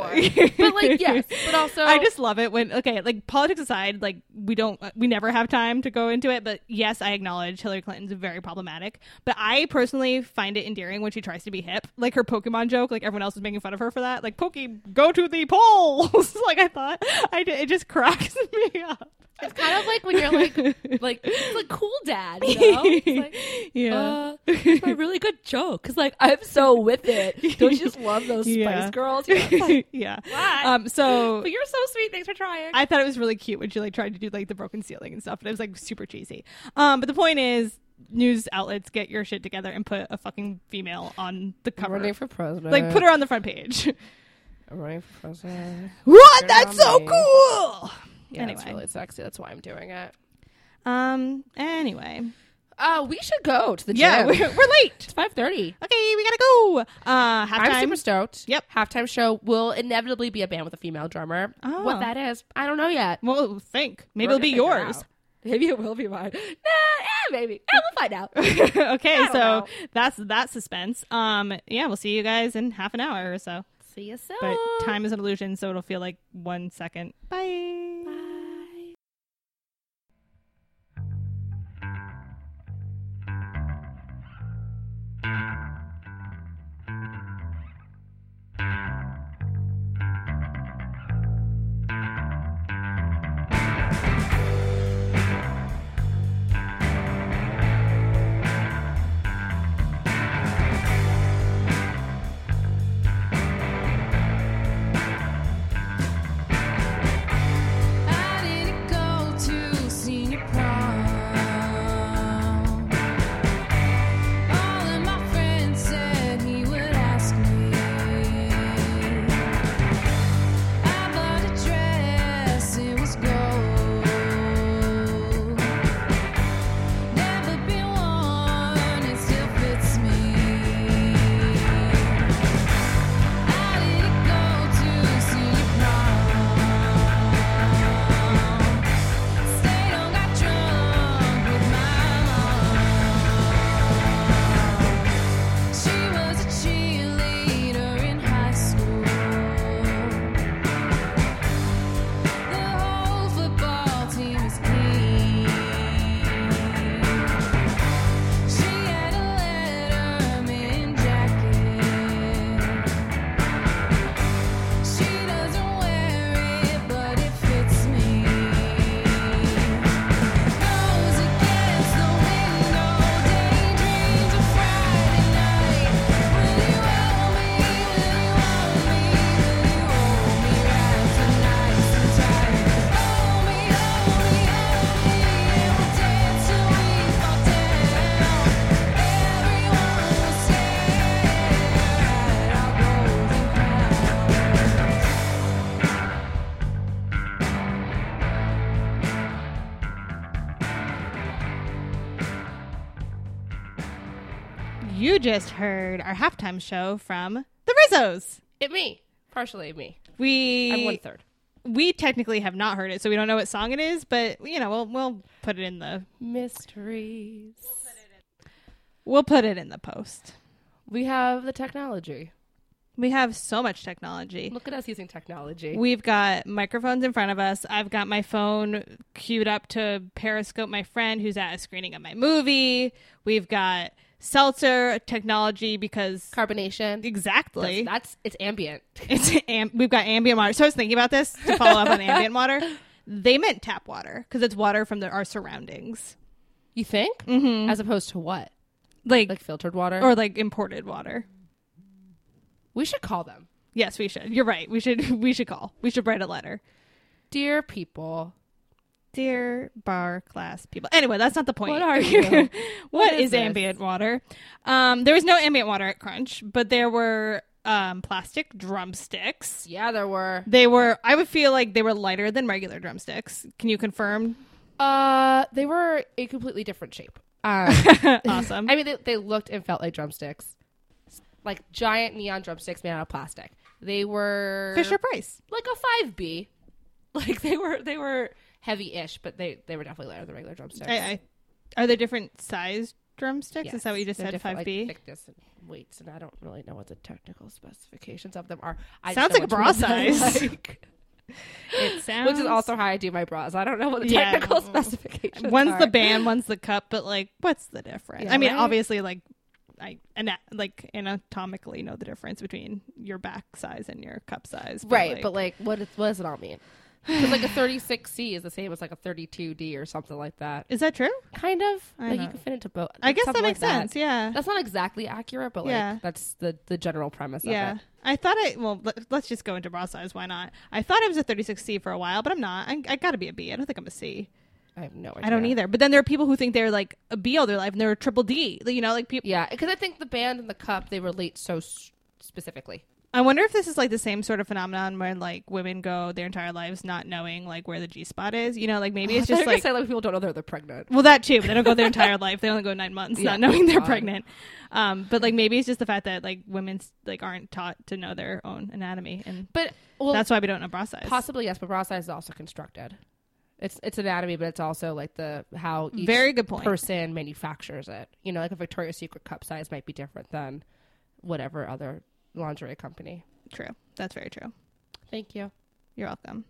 S3: But, like, yes, but also-
S2: I just love it when okay, like politics aside, like we don't we never have time to go into it, but yes, I acknowledge Hillary Clinton's very problematic, but I personally find it endearing when she tries to be hip. Like her Pokemon joke, like everyone else is making fun of her for that. Like Poke, go to the polls. like I thought, I did, it just cracks me up.
S3: it's kind of like when you're like like it's like cool dad, you know? It's like,
S2: yeah.
S3: Uh, it's a really good joke because, like, I'm so with it. Don't you just love those Spice
S2: Yeah.
S3: Girls? You're just like,
S2: yeah.
S3: "Why?"
S2: Um so
S3: but you're so sweet. Thanks for trying.
S2: I thought it was really cute when she like tried to do like the broken ceiling and stuff, and it was like super cheesy. Um, but the point is, news outlets get your shit together and put a fucking female on the cover.
S3: for president.
S2: Like put her on the front page.
S3: I'm running for president.
S2: what? That's
S3: That's
S2: so
S3: so
S2: cool.
S3: Yeah,
S2: anyway,
S3: it's really sexy. That's why I'm doing it.
S2: um, anyway,
S3: Uh, we should go to the
S2: yeah,
S3: gym.
S2: we're, we're late.
S3: it's five thirty.
S2: Okay, we gotta go. Uh, halftime.
S3: I'm super stoked.
S2: Yep.
S3: Halftime show will inevitably be a band with a female drummer.
S2: Oh.
S3: What that is, I don't know yet.
S2: well, think maybe
S3: We're
S2: it'll be
S3: gonna figure it
S2: yours.
S3: out. Maybe it will be mine. Nah, eh, maybe. Eh, we'll find out.
S2: okay,
S3: don't
S2: so
S3: know.
S2: that's that suspense. Um, yeah, we'll see you guys in half an hour or so.
S3: See you soon.
S2: But time is an illusion, so it'll feel like one second. Bye.
S4: How did it go to senior prom? All of my friends said he would ask me. I bought a dress, it was gold. Never been worn, it still fits me. How did it go to senior prom? Stayed on, got drunk with my mom. She was a cheerleader in high school. The whole football team is clean. She had a letterman jacket. She doesn't wear it, but it fits me. Goes against the window, daydreams of Friday night. Will you hold me? Will you hold me? Will you hold me right tonight? Hold me, hold me, hold me, and we'll dance till we fall down. Everyone will stare at our golden crown.
S2: You just heard our halftime show from the Rizzos.
S3: It me. Partially me. I'm one
S2: We
S3: third.
S2: we technically have not heard it, so we don't know what song it is. But you know, we'll we'll put it in the
S3: Mysteries.
S2: we'll put it in the post.
S3: We have the technology.
S2: We have so much technology.
S3: Look at us using technology.
S2: We've got microphones in front of us. I've got my phone queued up to Periscope my friend who's at a screening of my movie. We've got seltzer technology because
S3: Carbonation.
S2: exactly
S3: That's, that's- it's ambient.
S2: It's am- we've got ambient water. So I was thinking about this to follow up on ambient water. They meant tap water because it's water from the, our surroundings,
S3: You think? Mm-hmm. As opposed to what?
S2: like,
S3: Like filtered water?
S2: or like imported water.
S3: we should call them.
S2: Yes, we should. You're right. We should. We should call. We should write a letter.
S3: Dear people.
S2: Dear bar class people. Anyway, that's not the point.
S3: What are you?
S2: what
S3: is
S2: is,
S3: this?
S2: ambient water? Um, there was no ambient water at Crunch, but there were um, plastic drumsticks.
S3: Yeah, there were.
S2: They were. I would feel like they were lighter than regular drumsticks. Can you confirm?
S3: Uh, they were a completely different shape. Um,
S2: awesome.
S3: I mean, they, they looked and felt like drumsticks, like giant neon drumsticks made out of plastic. They were
S2: Fisher Price.
S3: like a five B, like they were they were heavy ish, but they they were definitely lighter than regular drumsticks.
S2: I, I Are there different size drumsticks? Is that what you just
S3: They're
S2: said?
S3: different,
S2: Five
S3: like,
S2: B.
S3: thickness and weights, and I don't really know what the technical specifications of them are. I
S2: Sounds
S3: just
S2: like
S3: know
S2: a bra
S3: which ones I
S2: size.
S3: like,
S2: it sounds.
S3: which is also how I do my bras. I don't know what the
S2: Yeah.
S3: technical specifications.
S2: one's
S3: are.
S2: the band, one's the cup, but like, what's the difference?
S3: Yeah,
S2: I mean,
S3: right?
S2: obviously, like, I ana- like anatomically know the difference between your back size and your cup size,
S3: right? but like, what, is, what does it all mean? Because like a 36C is the same as like a 32D or something like that.
S2: is that true?
S3: Kind of.
S2: I
S3: like you
S2: don't-
S3: can fit into both.
S2: I guess that
S3: something like
S2: makes sense. Yeah,
S3: That's not exactly accurate, but like
S2: Yeah.
S3: that's the the general premise.
S2: yeah.
S3: Of it.
S2: I thought I well, let, let's just go into bra size. Why not? I thought I was a 36C for a while, but I'm not. I, I got to be a B. I don't think I'm a C.
S3: I have no idea.
S2: I don't either. But then there are people who think they're like a B all their life and they're a triple D. Like, You know, like people.
S3: Yeah, because I think the band and the cup they relate so s- specifically.
S2: I wonder if this is like the same sort of phenomenon where like women go their entire lives not knowing like where the G spot is. You know, like maybe it's just
S3: Oh, I thought you were gonna
S2: like
S3: say like people don't know that they're pregnant.
S2: well that too. But they don't go their entire life. They only go nine months,
S3: Yeah,
S2: not knowing they're
S3: God.
S2: pregnant. Um, but like maybe it's just the fact that like women like aren't taught to know their own anatomy, and
S3: But well,
S2: that's why we don't know bra size.
S3: possibly yes. But bra size is also constructed. It's it's anatomy, but it's also like the how each
S2: Very good point.
S3: person manufactures it. You know, like a Victoria's Secret cup size might be different than whatever other lingerie company.
S2: True. That's very true.
S3: Thank you.
S2: You're welcome.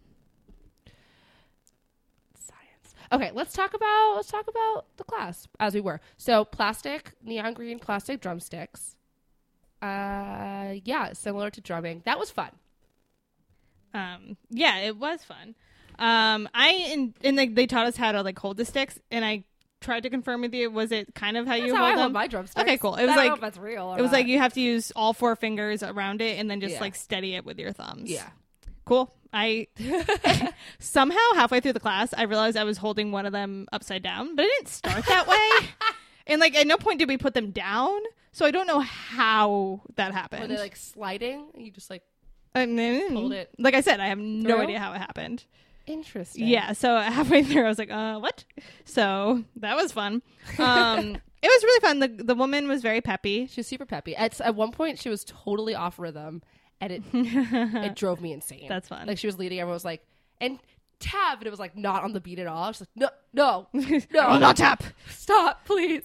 S3: Science. Okay, let's talk about let's talk about the class as we were. So plastic, neon green, plastic drumsticks. Uh, yeah, similar to drumming. That was fun.
S2: um yeah it was fun um i and, and like they taught us how to like hold the sticks and i tried to confirm with you was it kind of how
S3: That's
S2: you
S3: how
S2: hold
S3: I hold
S2: them
S3: my drumsticks.
S2: Okay, cool. It was
S3: I don't
S2: like-
S3: know if that's real. or
S2: it was
S3: not.
S2: like you have to use all four fingers around it and then just
S3: Yeah.
S2: like steady it with your thumbs
S3: yeah.
S2: cool i somehow halfway through the class i realized i was holding one of them upside down but i didn't start that way and like at no point did we put them down so i don't know how that
S3: Were
S2: happened
S3: they like sliding? You just like
S2: I mean,
S3: pulled it
S2: like i said i have no
S3: through?
S2: idea how it happened
S3: interesting.
S2: Yeah, so halfway through I was like, uh, what? So that was fun. Um, it was really fun. The the woman was very peppy.
S3: she was super peppy. At at one point, she was totally off rhythm, and it it drove me insane.
S2: That's fun.
S3: Like she was leading, everyone was like, and tab, and it was like not on the beat at all. She's like, no, no,
S2: Oh,
S3: no,
S2: not tap.
S3: stop, please.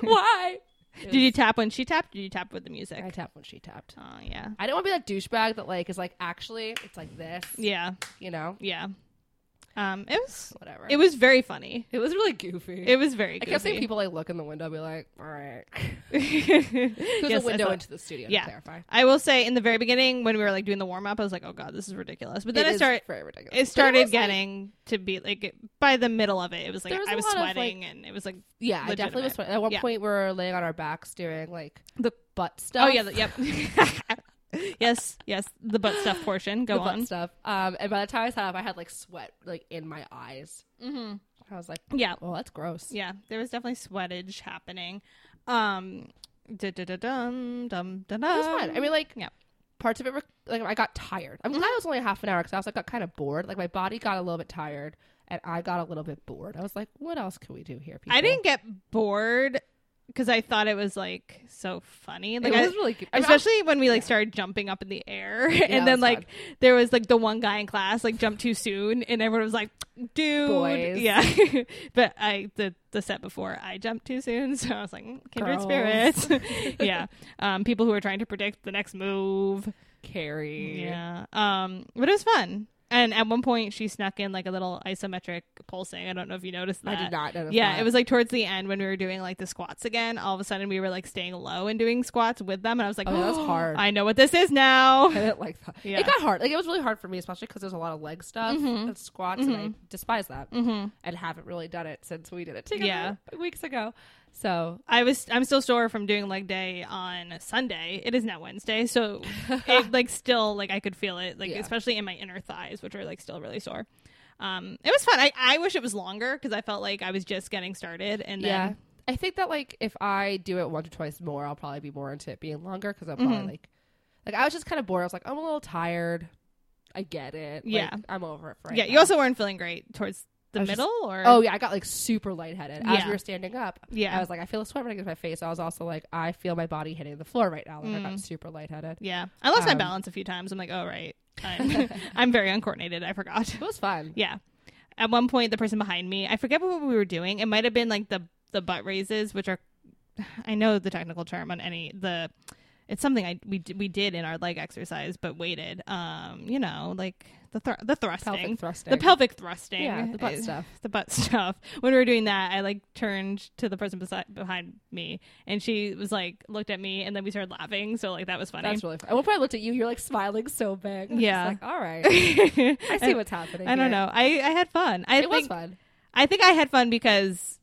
S3: Why?
S2: Did you tap when she tapped? Did you tap with the music?
S3: I tapped when she tapped.
S2: Oh yeah,
S3: I didn't want to be that douchebag that like is like actually it's like this,
S2: yeah,
S3: you know,
S2: yeah. Um, it was
S3: whatever.
S2: it was very funny.
S3: it was really goofy.
S2: It was very.
S3: I
S2: Goofy.
S3: kept seeing people like look in the window, and be like, all right. There's
S2: Yes, I
S3: a window
S2: saw-
S3: into the studio.
S2: Yeah.
S3: to clarify.
S2: I will say in the very beginning when we were like doing the warm up, I was like, oh god, this is ridiculous. But then
S3: It
S2: I
S3: is
S2: started.
S3: very ridiculous. But
S2: It started
S3: was, like-
S2: getting to be like it- by the middle of it, it was like
S3: There was
S2: I
S3: a
S2: was
S3: lot of,
S2: sweating and it was like
S3: yeah, I definitely was.
S2: legitimate.
S3: sweating. At one
S2: Yeah.
S3: point, we were laying on our backs doing like
S2: The-
S3: butt stuff.
S2: Oh yeah, the, yep. yes, yes, the butt stuff portion. Go
S3: the butt
S2: on.
S3: stuff. Um, and by the time I sat up, I had like sweat like in my eyes. Mm-hmm. I was like,
S2: Yeah,
S3: well, that's gross.
S2: yeah. There was definitely sweatage happening. Um, da da da dum dum da
S3: It was fun. I mean, like
S2: yeah. Mm-hmm.
S3: parts of it were like I got tired. I'm glad it was only half an hour because I also got kind of bored. Like my body got a little bit tired, and I got a little bit bored. I was like, what else could we do here? People?
S2: I didn't get bored because I thought it was like so funny. Like
S3: it
S2: I-
S3: was really cute. I mean, I'll-
S2: Especially when we like started jumping up in the air,
S3: it
S2: and then
S3: was
S2: like
S3: fun.
S2: there was like the one guy in class like jumped too soon, and everyone was like, "Dude,
S3: Boys.
S2: yeah." but I the the set before I jumped too soon, so I was like, "Mm, "Kindred
S3: Girls.
S2: spirits." yeah, um, people who are trying to predict the next move.
S3: Carrie.
S2: Yeah, um, but it was fun. And at one point, she snuck in like a little isometric pulsing. I don't know if you noticed
S3: I
S2: that.
S3: did not notice.
S2: Yeah,
S3: that.
S2: it was like towards the end when we were doing like the squats again. All of a sudden, we were like staying low and doing squats with them, and I was like,
S3: Oh, that was hard.
S2: I know what this is now."
S3: I didn't like that.
S2: Yeah. Mm-hmm.
S3: It got hard. Like it was really hard for me, especially because there's a lot of leg stuff and squats, and I despise that, and haven't really done it since we did it together
S2: Yeah.
S3: weeks ago. So
S2: I was I'm still sore from doing leg day on Sunday. It is now Wednesday, so it like still like I could feel it like
S3: Yeah.
S2: especially in my inner thighs, which are like still really sore. Um, it was fun. I, I wish it was longer because I felt like I was just getting started, and then
S3: yeah, I think that like if I do it once or twice more, I'll probably be more into it being longer because I'm probably
S2: Mm-hmm.
S3: like, like I was just kind of bored. I was like, I'm a little tired. I get it. Like,
S2: Yeah.
S3: I'm over it. For right
S2: yeah,
S3: now.
S2: you also weren't feeling great towards the
S3: I was just-
S2: middle, or
S3: Oh yeah, I got like super lightheaded as
S2: Yeah.
S3: we were standing up.
S2: Yeah.
S3: I was like, I feel the sweat running into my face. I was also like, I feel my body hitting the floor right now. Like I got super lightheaded.
S2: Mm. yeah, I lost my
S3: Um,
S2: balance a few times. I'm like, oh right, I'm, I'm very uncoordinated. I forgot.
S3: It was fun.
S2: Yeah. At one point, the person behind me, I forget what we were doing. It might have been like the the butt raises, which are I know the technical term on any the it's something I we d- we did in our leg exercise, but weighted. Um, you know, like the thr- the thrusting,
S3: Pelvic thrusting.
S2: the pelvic thrusting,
S3: Yeah, the butt
S2: is-
S3: stuff.
S2: the butt stuff. When we were doing that, I like turned to the person beside behind me, and she was like looked at me, and then we started laughing. So like that was funny.
S3: That's really funny. At one point, I looked at you. You're like smiling so big. I'm
S2: Yeah.
S3: just like, all right. I see what's happening.
S2: I don't
S3: here.
S2: know. I I had fun. I
S3: It
S2: think
S3: was fun.
S2: I think I had fun because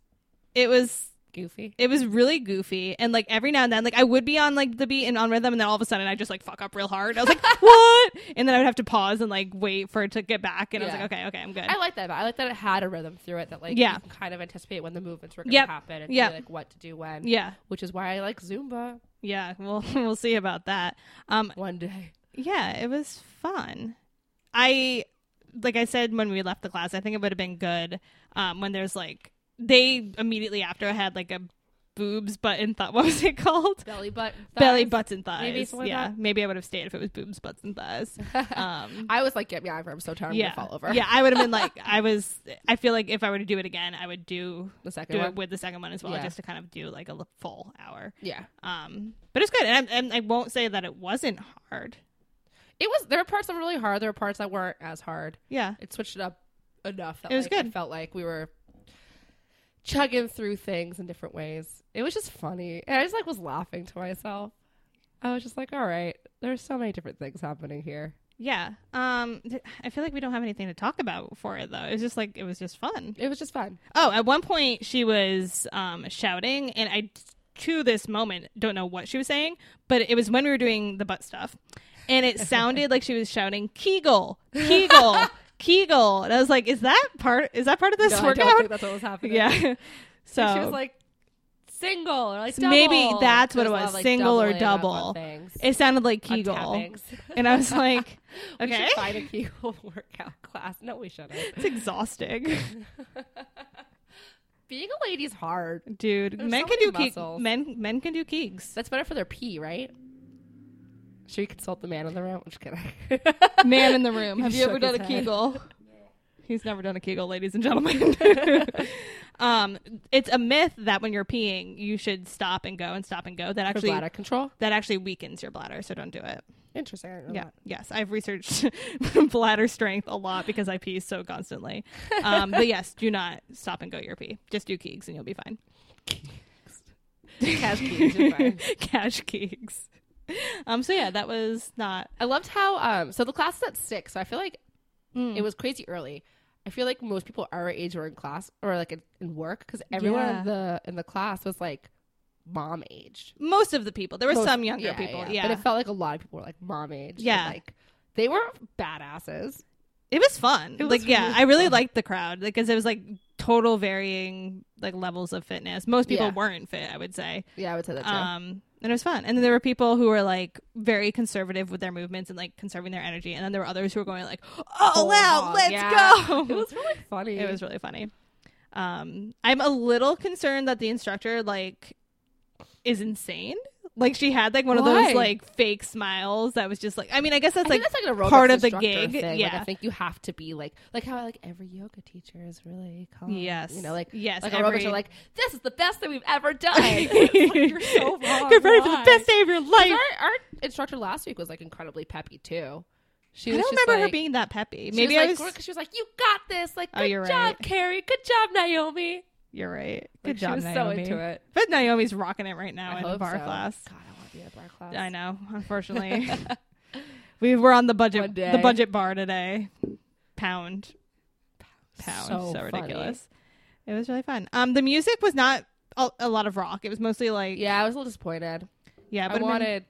S2: it was
S3: Goofy.
S2: it was really goofy and like every now and then like i would be on like the beat and on rhythm and then all of a sudden i just like fuck up real hard i was like what and then i would have to pause and like wait for it to get back and i was
S3: Yeah.
S2: like okay okay i'm good
S3: I like that. But I like that it had a rhythm through it that like
S2: Yeah.
S3: you can kind of anticipate when the movements were going to
S2: Yep.
S3: happen and
S2: Yep.
S3: see, like what to do when.
S2: yeah
S3: Which is why I like Zumba
S2: yeah we'll we'll see about that um
S3: one day.
S2: yeah it was fun i like i said when we left the class i think it would have been good um when there's like they immediately after had like a boobs butt and thought what was it called
S3: Belly butt.
S2: belly
S3: thighs.
S2: butts and thighs
S3: Maybe something like
S2: yeah
S3: that.
S2: maybe i would have stayed if it was boobs butts and thighs um
S3: I was like, get me out of here. I'm so tired. I'm going to fall over.
S2: Yeah, I would have been like, I was. I feel like if I were to do it again, I would do
S3: The second
S2: do
S3: one.
S2: it with the second one as well,
S3: Yeah.
S2: just to kind of do like a l- full hour.
S3: yeah.
S2: Um, but it's good, and I, and I won't say that it wasn't hard.
S3: It was, there were parts that were really hard. There were parts that weren't as hard.
S2: Yeah,
S3: It switched it up enough. That,
S2: It was
S3: like, I
S2: good.
S3: felt like we were chugging through things in different ways. It was just funny. And I just like was laughing to myself. I was just like, all right, there's so many different things happening here.
S2: yeah. Um, th- I feel like we don't have anything to talk about for it though. It was just like it was just fun.
S3: It was just fun.
S2: Oh, at one point she was um shouting, and I to this moment don't know what she was saying, but it was when we were doing the butt stuff, and it sounded like she was shouting Kegel, Kegel, Kegel, and I was like, is that part? Is that part of this
S3: No, I
S2: workout?
S3: don't think that's what was happening.
S2: yeah. So
S3: she was like single or like
S2: So maybe
S3: double.
S2: that's
S3: She
S2: what it
S3: a lot
S2: was,
S3: of, like,
S2: single or
S3: doubling up
S2: double.
S3: on things,
S2: it sounded like
S3: on
S2: Kegel,
S3: tappings.
S2: and I was like,
S3: we
S2: okay,
S3: should find a Kegel workout class. No, we shouldn't.
S2: it's exhausting,
S3: Being a lady's hard.
S2: dude.
S3: There's
S2: men
S3: so
S2: can
S3: many
S2: do Keg-
S3: muscles.
S2: men men can do Kegs.
S3: That's better for their pee, right? Should we consult the man in the room? I'm just kidding.
S2: Man in the room. Have you
S3: shook
S2: ever done a
S3: his head.
S2: Kegel? He's never done a Kegel, ladies and gentlemen. um, it's a myth that when you're peeing, you should stop and go and stop and go. That
S3: For
S2: actually
S3: bladder control.
S2: that actually weakens your bladder, so don't do it.
S3: Interesting. I didn't know
S2: Yeah.
S3: that.
S2: Yes, I've researched bladder strength a lot because I pee so constantly. Um, but yes, do not stop and go your pee. Just do Kegs and you'll be fine.
S3: Cash keys, you're fine.
S2: Cash Kegs. Um. So yeah, that was not.
S3: I loved how um so the class is at six, so I feel like
S2: Mm.
S3: it was crazy early. I feel like most people our age were in class or like in, in work because everyone
S2: Yeah.
S3: in the in the class was like mom aged.
S2: Most of the people. There were
S3: Most-
S2: some younger people. Yeah.
S3: but it felt like a lot of people were like mom aged. and,
S2: Yeah.
S3: like they were badasses.
S2: it was fun.
S3: It was
S2: like, yeah,
S3: really
S2: I really
S3: fun.
S2: liked the crowd because it was like total varying like levels of fitness. Most people
S3: Yeah.
S2: weren't fit, I would say.
S3: Yeah, I would say that too.
S2: Um, and it was fun. And then there were people who were like very conservative with their movements and like conserving their energy. And then there were others who were going like all
S3: Full
S2: out,
S3: hog,
S2: oh, let's
S3: Oh, yeah.
S2: go.
S3: It was really funny.
S2: it was really funny. Um, I'm a little concerned that the instructor like is insane. Like she had like one of
S3: Why?
S2: those like fake smiles that was just like. I mean, I guess that's
S3: I
S2: like
S3: think that's like an aerobics
S2: part of the
S3: instructor
S2: gig.
S3: Thing. Like,
S2: Yeah.
S3: I think you have to be like like how like every yoga teacher is really calm.
S2: Yes.
S3: you know like
S2: Yes,
S3: like aerobics
S2: every-
S3: are like this is the best thing we've ever done. It's like, you're so wrong.
S2: Get ready for the
S3: Why?
S2: best day of your life.
S3: 'Cause Our, our instructor last week was like incredibly peppy too. She
S2: I
S3: was
S2: don't
S3: just,
S2: remember her
S3: like-
S2: being that peppy.
S3: she
S2: Maybe
S3: was,
S2: I was.
S3: like, she was like, "You got this! Like,
S2: Oh,
S3: good
S2: you're
S3: job,
S2: right.
S3: Carrie. Good job, Naomi."
S2: You're right. Good
S3: Like,
S2: job,
S3: she was
S2: Naomi.
S3: so into it.
S2: But Naomi's rocking it right now
S3: I
S2: in the
S3: hope
S2: bar
S3: so.
S2: class.
S3: God, I want to be in a bar class.
S2: I know. Unfortunately, we were on the
S3: One
S2: budget
S3: day.
S2: the budget bar today. Pound, pound, so,
S3: So funny.
S2: ridiculous. It was really fun. Um, the music was not a, a lot of rock. It was mostly like yeah,
S3: Yeah, I was a little disappointed.
S2: yeah.
S3: I
S2: But I mean-
S3: wanted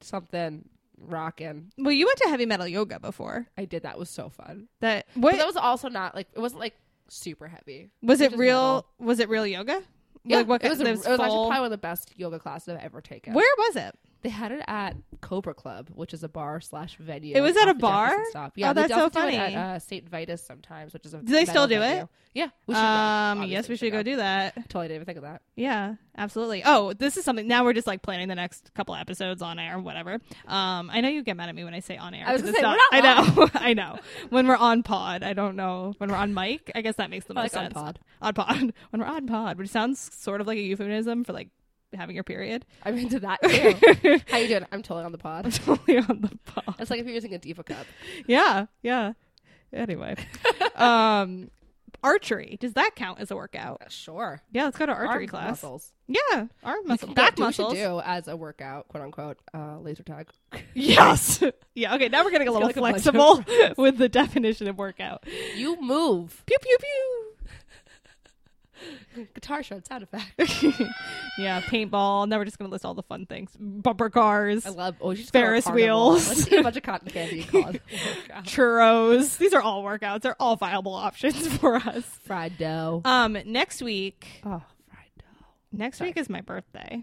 S3: something rocking.
S2: well, you went to heavy metal yoga before.
S3: I did. That was so fun.
S2: That what
S3: But that was also not like it wasn't like super heavy.
S2: was
S3: It
S2: it
S3: was
S2: real?
S3: metal.
S2: Was it real yoga?
S3: Yeah,
S2: like what
S3: it was.
S2: kind-
S3: a- it was actually
S2: full-
S3: probably one of the best yoga classes I've ever taken.
S2: where was it?
S3: They had it at Cobra Club, which is a bar slash venue.
S2: It was at a
S3: off the Jefferson
S2: bar?
S3: Stop.
S2: Oh,
S3: they
S2: that's
S3: also
S2: so
S3: do it
S2: funny.
S3: At uh, St. Vitus sometimes, which is a.
S2: Do they still
S3: metal
S2: do it?
S3: venue. Yeah. We should go.
S2: Um,
S3: Obviously,
S2: yes, we should go do that.
S3: Totally didn't even think of that.
S2: Yeah, absolutely. Oh, this is something. Now we're just like planning the next couple episodes on air, whatever. Um, I know you get mad at me when I say on air.
S3: I was
S2: 'cause
S3: gonna
S2: it's
S3: say,
S2: I know. I know. When we're on pod, I don't know. When we're on mic, I guess that makes the
S3: I
S2: most
S3: like on
S2: sense.
S3: pod.
S2: On pod. When we're on pod, which sounds sort of like a euphemism for like having your period.
S3: I'm into that too. How you doing? I'm totally on the pod.
S2: totally on the pod.
S3: It's like if you're using a diva cup.
S2: Yeah, yeah. Anyway, um, archery. Does that count as a workout?
S3: Sure.
S2: Yeah, let's go to archery
S3: Arm
S2: class.
S3: Muscles.
S2: Yeah, arm muscle,
S3: Yeah,
S2: back
S3: do what you
S2: muscles.
S3: do as a workout, quote unquote, uh, laser tag.
S2: Yes. Yeah. Okay. Now we're getting a
S3: It's
S2: little
S3: got, like, a
S2: flexible with the definition of workout.
S3: You move.
S2: Pew pew pew.
S3: Guitar shred sound effect.
S2: yeah. Paintball. Now we're just gonna list all the fun things. Bumper cars,
S3: I love. Oh, you just go to a
S2: Ferris
S3: carnival.
S2: wheels.
S3: Let's eat a bunch of cotton candy. and call it a workout.
S2: churros. These are all workouts. They're all viable options for us.
S3: fried dough.
S2: Um. Next week.
S3: oh, fried dough.
S2: Next week is my birthday.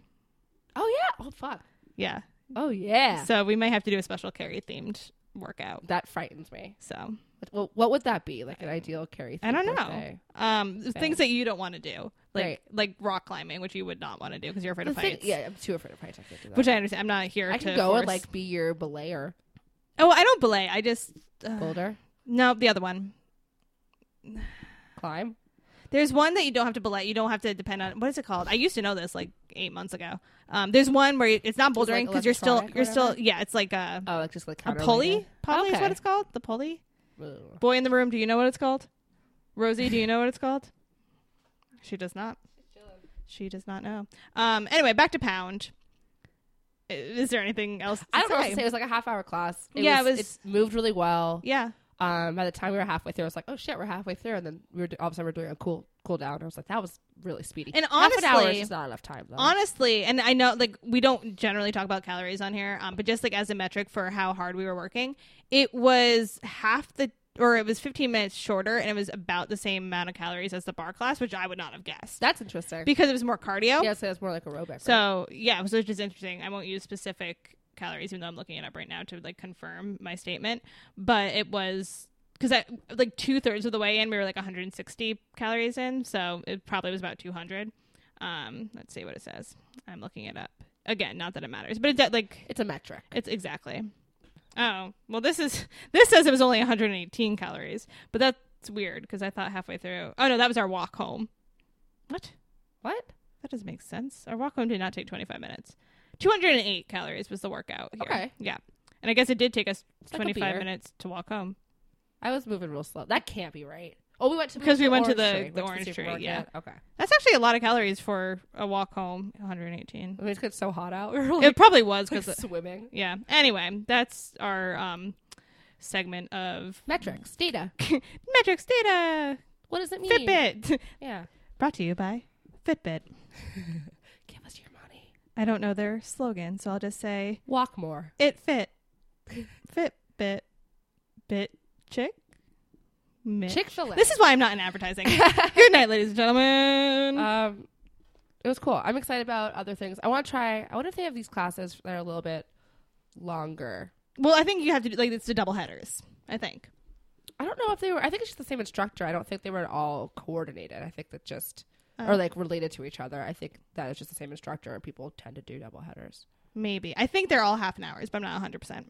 S3: Oh yeah. Oh fuck.
S2: Yeah.
S3: Oh yeah.
S2: So we might have to do a special carry themed workout.
S3: that frightens me.
S2: So
S3: Well, what would that be like? An ideal carry?
S2: I don't know.
S3: birthday?
S2: Um, things that you don't want to do, like
S3: Right.
S2: like rock climbing, which you would not want to do because you're afraid
S3: The
S2: of
S3: thing-
S2: heights.
S3: yeah, I'm too afraid of heights. I can't do that.
S2: Which I understand. I'm not here
S3: I
S2: to
S3: can go
S2: force.
S3: and like be your belayer
S2: Oh, I don't belay. I just uh,
S3: boulder
S2: no the other one.
S3: climb.
S2: There's one that you don't have to belay. You don't have to depend on what is it called? I used to know this like eight months ago. Um, there's one where it's not
S3: It's, like,
S2: bouldering because you're still
S3: electronic or
S2: you're still
S3: whatever?
S2: yeah. It's like a
S3: Oh, like just like
S2: a pulley. Pulley is
S3: Okay.
S2: what it's called. The pulley.
S3: Ugh.
S2: Boy in the room. Do you know what it's called? Rosie, do you know what it's called? She does not. She does not know. Um. Anyway, back to pound. I- Is there anything else? to
S3: I don't know what to
S2: say?
S3: say. It was like a half hour class.
S2: Yeah, it was-
S3: it moved really well.
S2: Yeah.
S3: Um, by the time we were halfway through, I was like, "Oh shit, we're halfway through!" And then we were do- all of a sudden we are doing a cool cool down. I was like, "That was really speedy."
S2: And
S3: half an hour is
S2: honestly-
S3: just not enough time. Though.
S2: honestly and i know like we don't generally talk about calories on here um, but just like as a metric for how hard we were working it was half the or it was 15 minutes shorter and it was about the same amount of calories as the bar class which i would not have guessed
S3: That's interesting.
S2: because it was more cardio
S3: yeah, so it's more like aerobic. right?
S2: so yeah so it's just interesting i won't use specific calories even though i'm looking it up right now to like confirm my statement but it was because I like two thirds of the way in, we were like 160 calories in, so it probably was about 200. Um, let's see what it says. I'm looking it up again. Not that it matters, but it de- like
S3: it's a metric.
S2: it's exactly. Oh well, this is this says it was only 118 calories, but that's weird because I thought halfway through. Oh no, that was our walk home. What?
S3: What?
S2: That doesn't make sense. Our walk home did not take 25 minutes. 208 calories was the workout here.
S3: Okay.
S2: Yeah. And I guess it did take us
S3: like a
S2: 25
S3: beer.
S2: minutes to walk home.
S3: I was moving real slow. That can't be right. Oh, we went to
S2: Because we went to
S3: Orange
S2: the-
S3: Tree.
S2: the
S3: Went
S2: Orange Tree,
S3: supermarket.
S2: yeah.
S3: Okay.
S2: That's actually a lot of calories for a walk home, 118.
S3: I mean, it's getting so hot out. We were like,
S2: It probably was
S3: like
S2: because,
S3: swimming.
S2: yeah. Anyway, that's our um, segment of
S3: Metrics, data.
S2: metrics, data,
S3: What does it mean?
S2: Fitbit.
S3: Yeah.
S2: Brought to you by Fitbit.
S3: Give us your money.
S2: I don't know their slogan, so I'll just say
S3: Walk more.
S2: it fit. Fitbit. Bit chick. Mitch.
S3: Chick Fil A.
S2: This is why I'm not in advertising. Good night, ladies and gentlemen.
S3: um it was cool i'm excited about other things i want to try i wonder if they have these classes that are a little bit longer
S2: well, I think you have to do like it's the double headers. I think.
S3: i don't know if they were i think it's just the same instructor i don't think they were at all coordinated i think that just
S2: Oh.
S3: or like related to each other i think that it's just the same instructor and people tend to do double headers
S2: Maybe. I think they're all half an hours, but I'm not 100%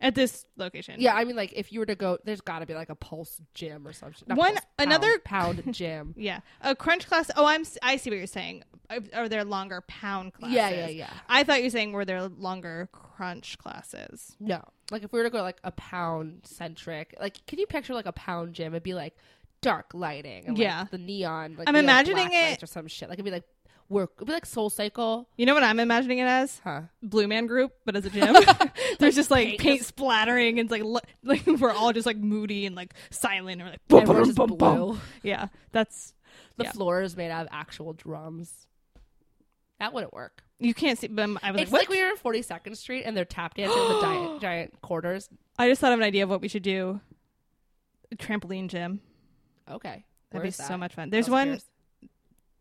S2: at this location.
S3: yeah i mean like if you were to go there's got to be like a pulse gym or something
S2: One- another-
S3: pound, pound gym
S2: Yeah. A crunch class. Oh, I'm s- I see what you're saying. Are- Are there longer pound classes?
S3: Yeah, yeah, yeah.
S2: I thought you were saying were there longer crunch classes.
S3: no like if we were to go like a pound centric like can you picture like a pound gym it'd be like dark lighting and
S2: Yeah.
S3: like the neon like
S2: I'm
S3: neon
S2: imagining
S3: black
S2: it-
S3: lights or some shit like it'd be like work it'd be like soul cycle
S2: You know what I'm imagining it as?
S3: huh
S2: Blue Man Group, but as a gym. There's just like paint, splattering and it's like lo- like we're all just like moody and like silent and we're like
S3: and we're just blue
S2: yeah, that's
S3: the
S2: Yeah.
S3: floor is made out of actual drums that wouldn't work
S2: you can't see. But I'm- I was
S3: it's
S2: like,
S3: like
S2: what?
S3: we were in 42nd street and they're tap dancing with the giant giant quarters
S2: I just thought of an idea of what we should do. A trampoline gym.
S3: okay
S2: That'd
S3: where
S2: be
S3: is
S2: so
S3: that?
S2: much fun. There's
S3: Those
S2: one.
S3: piers.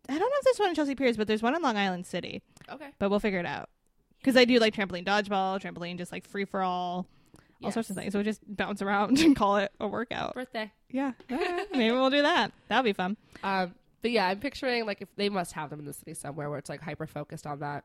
S2: I don't know if there's one in Chelsea Piers, but there's one in Long Island City.
S3: okay
S2: But we'll figure it out because I do like trampoline dodgeball, trampoline just like free for all, all sorts of
S3: Yes.
S2: things. So we just bounce around and call it a workout.
S3: Birthday.
S2: Yeah, Alright, maybe we'll do that. That'll be fun.
S3: Um, but yeah, I'm picturing like if they must have them in the city somewhere where it's like hyper focused on that.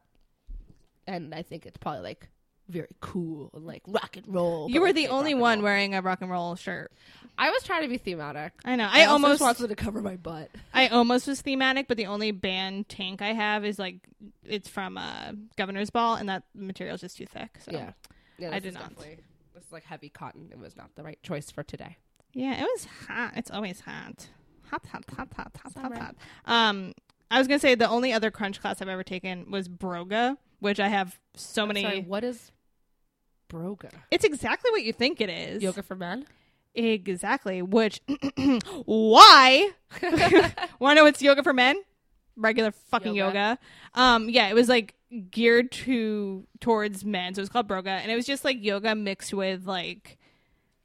S3: And I think it's probably like very cool and like rock and roll.
S2: You
S3: but,
S2: were
S3: like,
S2: the
S3: big
S2: only
S3: rock and
S2: one
S3: roll.
S2: wearing a rock and roll shirt.
S3: I was trying to be thematic.
S2: I know. I,
S3: also
S2: almost
S3: just wanted to cover my butt.
S2: I almost was thematic, but the only band tank I have is like it's from uh, Governor's Ball, and that material's just too thick. So.
S3: Yeah. yeah
S2: I
S3: this
S2: did
S3: is
S2: not.
S3: definitely- This is like heavy cotton. It was not the right choice for today.
S2: Yeah, it was hot. It's always hot. Hot, hot, hot, hot, hot, hot, hot. Um, I was gonna say the only other crunch class I've ever taken was Broga, which I have so many.
S3: Sorry, what is broga?
S2: It's exactly what you think it is.
S3: Yoga for men?
S2: Exactly. Which why? Wanna know it's yoga for men? Regular fucking yoga.
S3: Yoga.
S2: Um, yeah, it was like geared to towards men, so it was called Broga, and it was just like yoga mixed with like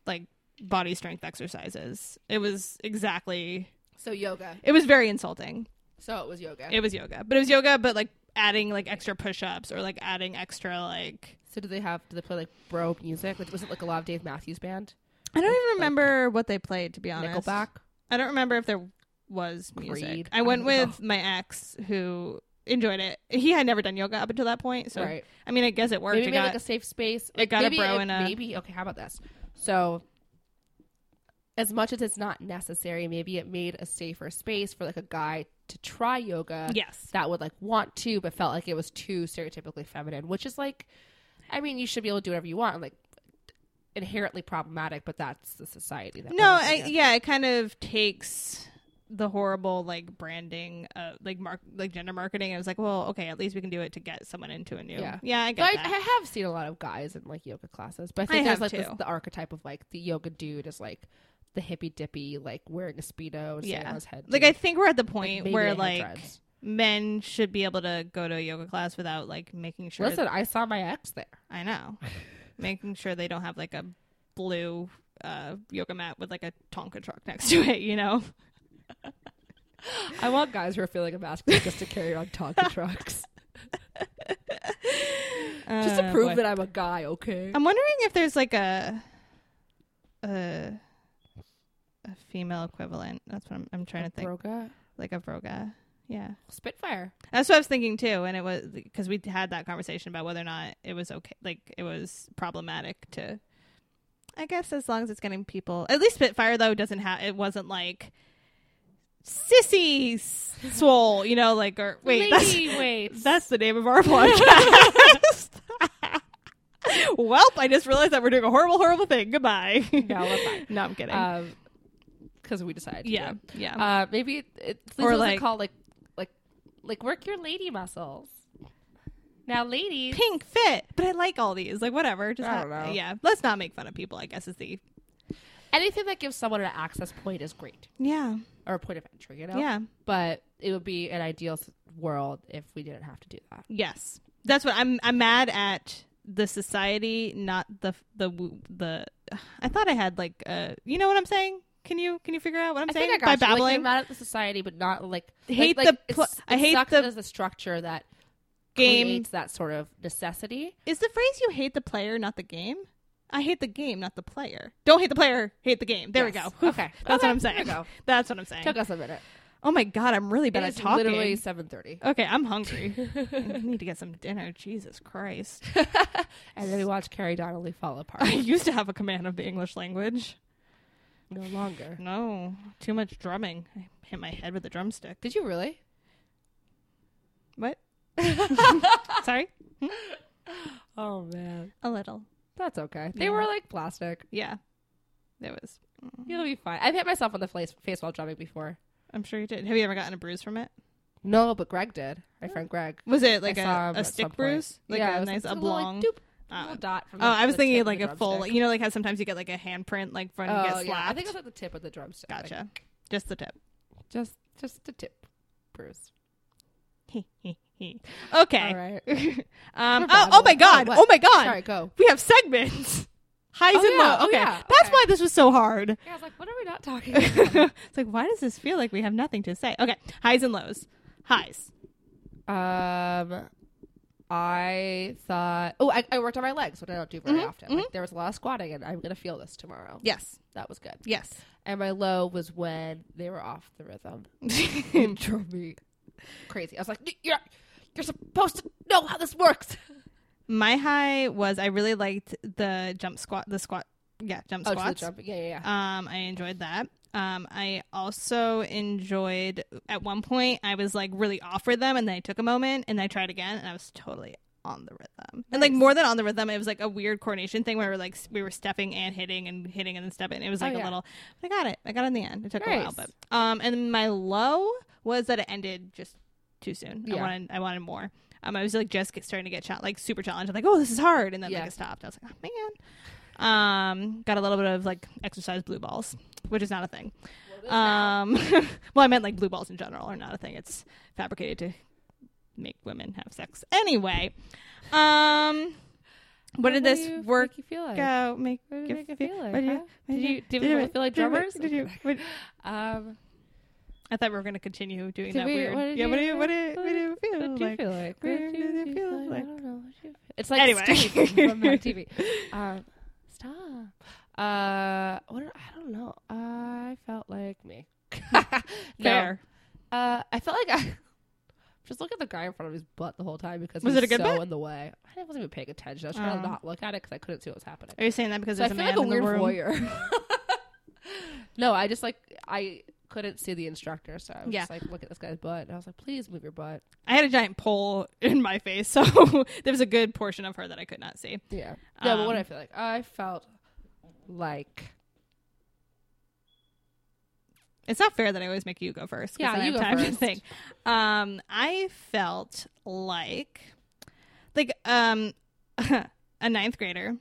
S2: like body strength exercises. It was exactly
S3: So yoga.
S2: it was very insulting.
S3: So it was yoga.
S2: It was yoga. But it was yoga but like adding like extra push ups or like adding extra like
S3: so do they have do they play like bro music? Like was it like a lot of Dave Matthews band?
S2: I don't even remember what they played to be honest.
S3: Nickelback?
S2: I don't remember if there was music.
S3: Creed. Oh.
S2: I went
S3: I don't
S2: with my ex who enjoyed it. He had never done yoga up until that point, so
S3: Right.
S2: I mean, I guess it worked.
S3: Maybe
S2: It
S3: made
S2: got-
S3: like a safe space.
S2: it
S3: Like,
S2: got a
S3: maybe
S2: bro
S3: it-
S2: and a-
S3: maybe okay, how about this? So as much as it's not necessary, maybe it made a safer space for like a guy to try yoga.
S2: yes,
S3: that would like want to but felt like it was too stereotypically feminine which is like i mean you should be able to do whatever you want like inherently problematic but that's the society that
S2: no,
S3: we're living
S2: I,
S3: in.
S2: yeah, it kind of takes the horrible like branding, uh, like mark, like gender marketing. I was like, well, okay, at least we can do it to get someone into a new.
S3: Yeah.
S2: I
S3: but
S2: get
S3: I,
S2: that.
S3: I have seen a lot of guys in like yoga classes but i think
S2: I
S3: there's
S2: have
S3: like this,
S2: too.
S3: the archetype of like the yoga dude is like the hippy dippy like wearing a speedo and sitting
S2: yeah,
S3: on his head
S2: like I
S3: dude.
S2: think we're at the
S3: Like,
S2: point
S3: maybe they
S2: where
S3: have
S2: like
S3: dreads.
S2: men should be able to go to a yoga class without like making sure.
S3: listen i saw my ex there
S2: I know. Making sure they don't have like a blue uh, yoga mat with like a Tonka truck next to it, you know?
S3: i want guys who are feeling emasculated just to carry on talking trucks just to
S2: Uh,
S3: prove
S2: boy.
S3: that i'm a guy okay
S2: I'm wondering if there's like a a, a female equivalent. That's what I'm, I'm trying to think.
S3: Broga.
S2: like a broga. Yeah.
S3: spitfire
S2: That's what I was thinking too. And it was because we had that conversation about whether or not it was okay, like it was problematic to. I guess as long as it's getting people, at least Spitfire though doesn't have. It wasn't like sissy swole, you know, like or wait,
S3: Lady
S2: that's,
S3: weights.
S2: that's the name of our podcast. Welp, I just realized that we're doing a horrible, horrible thing. Goodbye.
S3: No, we're fine.
S2: no, I'm kidding.
S3: Uh, because Um, we decided. To
S2: yeah,
S3: do
S2: yeah.
S3: it. Uh, maybe it, it
S2: Or,
S3: or like
S2: like-
S3: call like like like work your lady muscles. Now, ladies,
S2: pink fit. But I like all these. Like whatever. Just
S3: Uh, I don't
S2: not-
S3: know.
S2: yeah. Let's not make fun of people, I guess is the
S3: anything that gives someone an access point is great
S2: Yeah.
S3: or a point of entry. You know.
S2: Yeah.
S3: But it would be an ideal s- world if we didn't have to do that.
S2: Yes. That's what I'm I'm mad at the society, not the the the I thought I had like uh you know what I'm saying? Can you can you figure out what I'm
S3: I
S2: saying
S3: think I got
S2: by
S3: you. Like,
S2: babbling?
S3: you're mad at the society, but not like
S2: Hate
S3: like, like,
S2: the pl-
S3: it's-
S2: I
S3: it
S2: hate
S3: sucks
S2: the
S3: as a structure that
S2: game.
S3: creates that sort of necessity.
S2: Is the phrase you hate the player not the game? I hate the game, not the player. Don't hate the player, hate the game. There
S3: Yes.
S2: we go.
S3: Okay.
S2: That's
S3: Okay,
S2: what I'm
S3: there we
S2: saying.
S3: go.
S2: That's what I'm saying.
S3: Took us a minute.
S2: Oh my god, I'm really bad
S3: It
S2: at
S3: is
S2: talking.
S3: literally seven thirty.
S2: Okay, I'm hungry. I need to get some dinner. Jesus Christ.
S3: And then we watched Carrie Donnelly fall
S2: I
S3: apart.
S2: used to have a command of the English language.
S3: no longer.
S2: No, too much drumming. I hit my head with a drumstick.
S3: Did you really?
S2: What? Sorry?
S3: Oh man,
S2: A little.
S3: that's okay. They
S2: Yeah.
S3: were like plastic.
S2: Yeah. There was.
S3: You'll be fine. I've hit myself on the face, face while drumming before.
S2: I'm sure you did. Have you ever gotten a bruise from it?
S3: No, but Greg did. My friend Greg.
S2: Was it like
S3: I saw
S2: a,
S3: him
S2: a
S3: at some
S2: stick
S3: point.
S2: bruise? Like
S3: Yeah, it
S2: a
S3: was
S2: nice
S3: like a little, like,
S2: oblong?
S3: doop,
S2: Oh.
S3: little dot from
S2: oh, I
S3: the-
S2: was
S3: the
S2: thinking
S3: tip of
S2: like
S3: the
S2: a full,
S3: drumstick.
S2: you know, like how sometimes you get like a handprint, like from you
S3: Oh,
S2: get slapped.
S3: yeah. I think it was at the tip of the drumstick. like,
S2: gotcha. Just the tip.
S3: just, just the tip, Bruce.
S2: okay.
S3: All right.
S2: Um,
S3: We're
S2: oh, oh my
S3: babbling.
S2: god!
S3: Oh,
S2: Oh,
S3: what?
S2: my god!
S3: Sorry, go.
S2: We have segments. Highs
S3: Oh,
S2: and
S3: yeah.
S2: lows.
S3: Oh,
S2: Okay,
S3: yeah.
S2: that's
S3: Okay.
S2: why this was so hard.
S3: Yeah, I was like, what are we not talking? about?
S2: it's like, why does this feel like we have nothing to say? Okay, highs and lows. Highs.
S3: Um, I thought, oh, I, I worked on my legs, which I don't do very
S2: Mm-hmm.
S3: often. Like, there was a lot of squatting, and I'm gonna feel this tomorrow.
S2: Yes.
S3: that was good.
S2: Yes.
S3: And my low was when they were off the rhythm. it drove me crazy. I was like, "Y- you're you're supposed to know how this works.
S2: My high was I really liked the jump squat, the squat, yeah, jump
S3: Oh, to the
S2: squats.
S3: jumping. Yeah, yeah, yeah.
S2: Um, I enjoyed that. Um, I also enjoyed at one point I was like really off rhythm, and then I took a moment and I tried again, and I was totally on the rhythm. And like more than on the rhythm, it was like a weird coordination thing where we were like s- we were stepping and hitting and hitting and then stepping. It was like
S3: Oh, yeah.
S2: a little. I got it. I got it in the end. It took a while,
S3: Nice.
S2: but um, and my low was that it ended just too soon. I
S3: Yeah.
S2: wanted I wanted more. Um, I was like just get, starting to get cha- like super challenged. I'm like, oh, this is hard, and then
S3: Yeah.
S2: like it stopped. I was like, oh man. Um, got a little bit of like exercise blue balls, which is not a thing. Um, well, I meant like blue balls in general are not a thing. It's fabricated to make women have sex. Anyway, um, what did this
S3: you-
S2: work
S3: make you feel like?
S2: go make?
S3: What did it
S2: you
S3: make you
S2: fe-
S3: feel like,
S2: what did you-
S3: huh?
S2: what
S3: Did you- did we feel like
S2: did you-
S3: drummers?
S2: Did you? what-
S3: Um,
S2: I thought we were going to continue doing
S3: did
S2: that
S3: we-
S2: weird.
S3: what did
S2: yeah,
S3: you-
S2: what do you? What do you?
S3: what
S2: What do you feel
S3: what do you
S2: like?
S3: feel like?
S2: where
S3: What do
S2: does
S3: you
S2: it feel
S3: feel like?
S2: like?
S3: I don't know. What do you feel? It's like
S2: Anyway.
S3: Steve from Mad TV. Um, stop. Uh, what? Did, I don't know. I felt like me. no.
S2: Fair.
S3: Uh, I felt like I just look at the guy in front of his butt the whole time because
S2: Was
S3: he's
S2: it a good
S3: so
S2: butt?
S3: in the way. I wasn't even paying attention. I was trying to
S2: Oh.
S3: not look at it because I couldn't see what was happening.
S2: Are you saying that because
S3: So I
S2: there's a
S3: feel
S2: man
S3: like a
S2: in the
S3: weird
S2: room?
S3: voyeur. no, I just like I couldn't see the instructor, so I was
S2: Yeah.
S3: just like, look at this guy's butt, and I was like, please move your butt.
S2: I had a giant pole in my face, so there was a good portion of her that I could not see.
S3: Yeah. No, but
S2: Um,
S3: what did I feel like? I felt like
S2: It's not fair that I always make you go first. 'cause
S3: Yeah,
S2: then I
S3: you
S2: have
S3: go
S2: time
S3: first.
S2: To think. Um, I felt like, like um, a ninth grader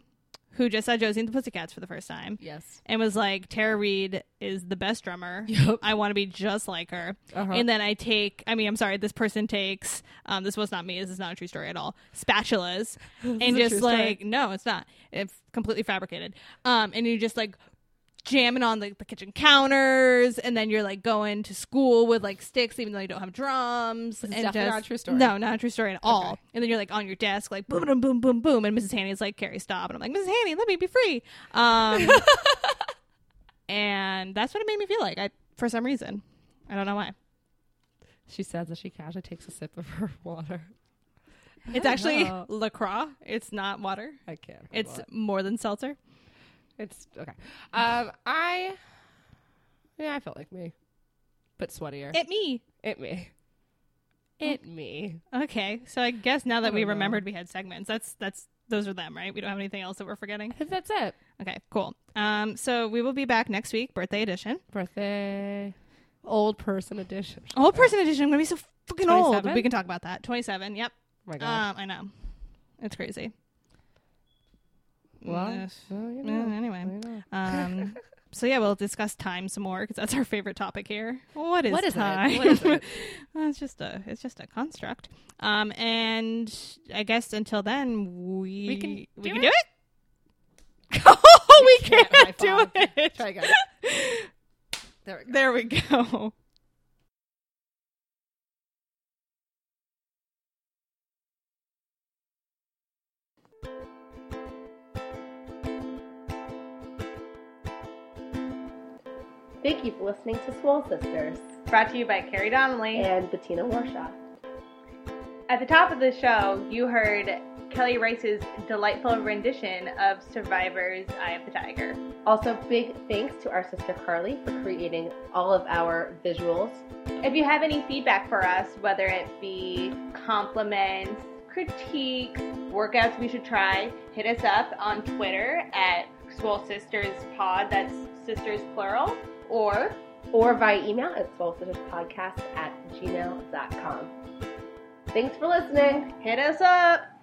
S2: who just saw Josie and the Pussycats for the first time
S3: yes.
S2: and was like, Tara Reid is the best drummer.
S3: Yep.
S2: I want to be just like her.
S3: Uh-huh.
S2: And then I take, I mean, I'm sorry, this person takes, um, this was not me, this is not a true story at all, spatulas. and
S3: true
S2: just
S3: story.
S2: like, no, it's not. It's completely fabricated. Um, and you just like jamming on like the kitchen counters and then you're like going to school with like sticks even though you don't have drums and
S3: definitely
S2: just,
S3: not a true story.
S2: no not a true story at all and then you're like on your desk like boom boom boom boom boom and mrs haney's like carrie stop and i'm like mrs haney let me be free um and that's what it made me feel like i for some reason i don't know why
S3: She says that she casually takes a sip of her water.
S2: it's actually
S3: know.
S2: lacroix it's Oh, not water
S3: I can't. handle
S2: it's
S3: it.
S2: more than seltzer
S3: it's okay. Um, I yeah, I felt like me, but sweatier.
S2: it me
S3: it me. It me.
S2: okay so i guess now that
S3: don't
S2: we
S3: know.
S2: remembered we had segments that's that's those are them right we don't have anything else that we're forgetting
S3: I think that's it.
S2: Okay, cool. Um, so we will be back next week, birthday edition.
S3: Birthday, old person edition. Oh
S2: Old person edition. I'm gonna be so fucking old.
S3: 27?
S2: We can talk about that. 27. Yep.
S3: Oh my god.
S2: Um, I know. It's crazy.
S3: well,
S2: Mm,
S3: well, you
S2: eh,
S3: know,
S2: anyway.
S3: you know.
S2: Um, so yeah, we'll discuss time some more because that's our favorite topic here. What is
S3: What is it?
S2: time?
S3: What is it?
S2: Well, it's just a it's just a construct. Um, and I guess until then we
S3: We can do
S2: we can
S3: it?
S2: do it. oh, we
S3: can't, high
S2: can't do
S3: five.
S2: it.
S3: Try again. There we go.
S2: There we go.
S5: Thank you for listening to Swole Sisters
S2: Brought to you by Carrie Donnelly.
S5: and Bettina Warshaw.
S2: At the top of the show, you heard Kelly Rice's delightful rendition of Survivor's Eye of the Tiger.
S5: Also, big thanks to our sister Carly for creating all of our visuals.
S2: If you have any feedback for us, whether it be compliments, critiques, workouts we should try, hit us up on Twitter at Swole Sisters Pod, that's sisters plural, or
S5: Or via email at swolesisterspodcast at gmail.com. Thanks for listening.
S2: hit us up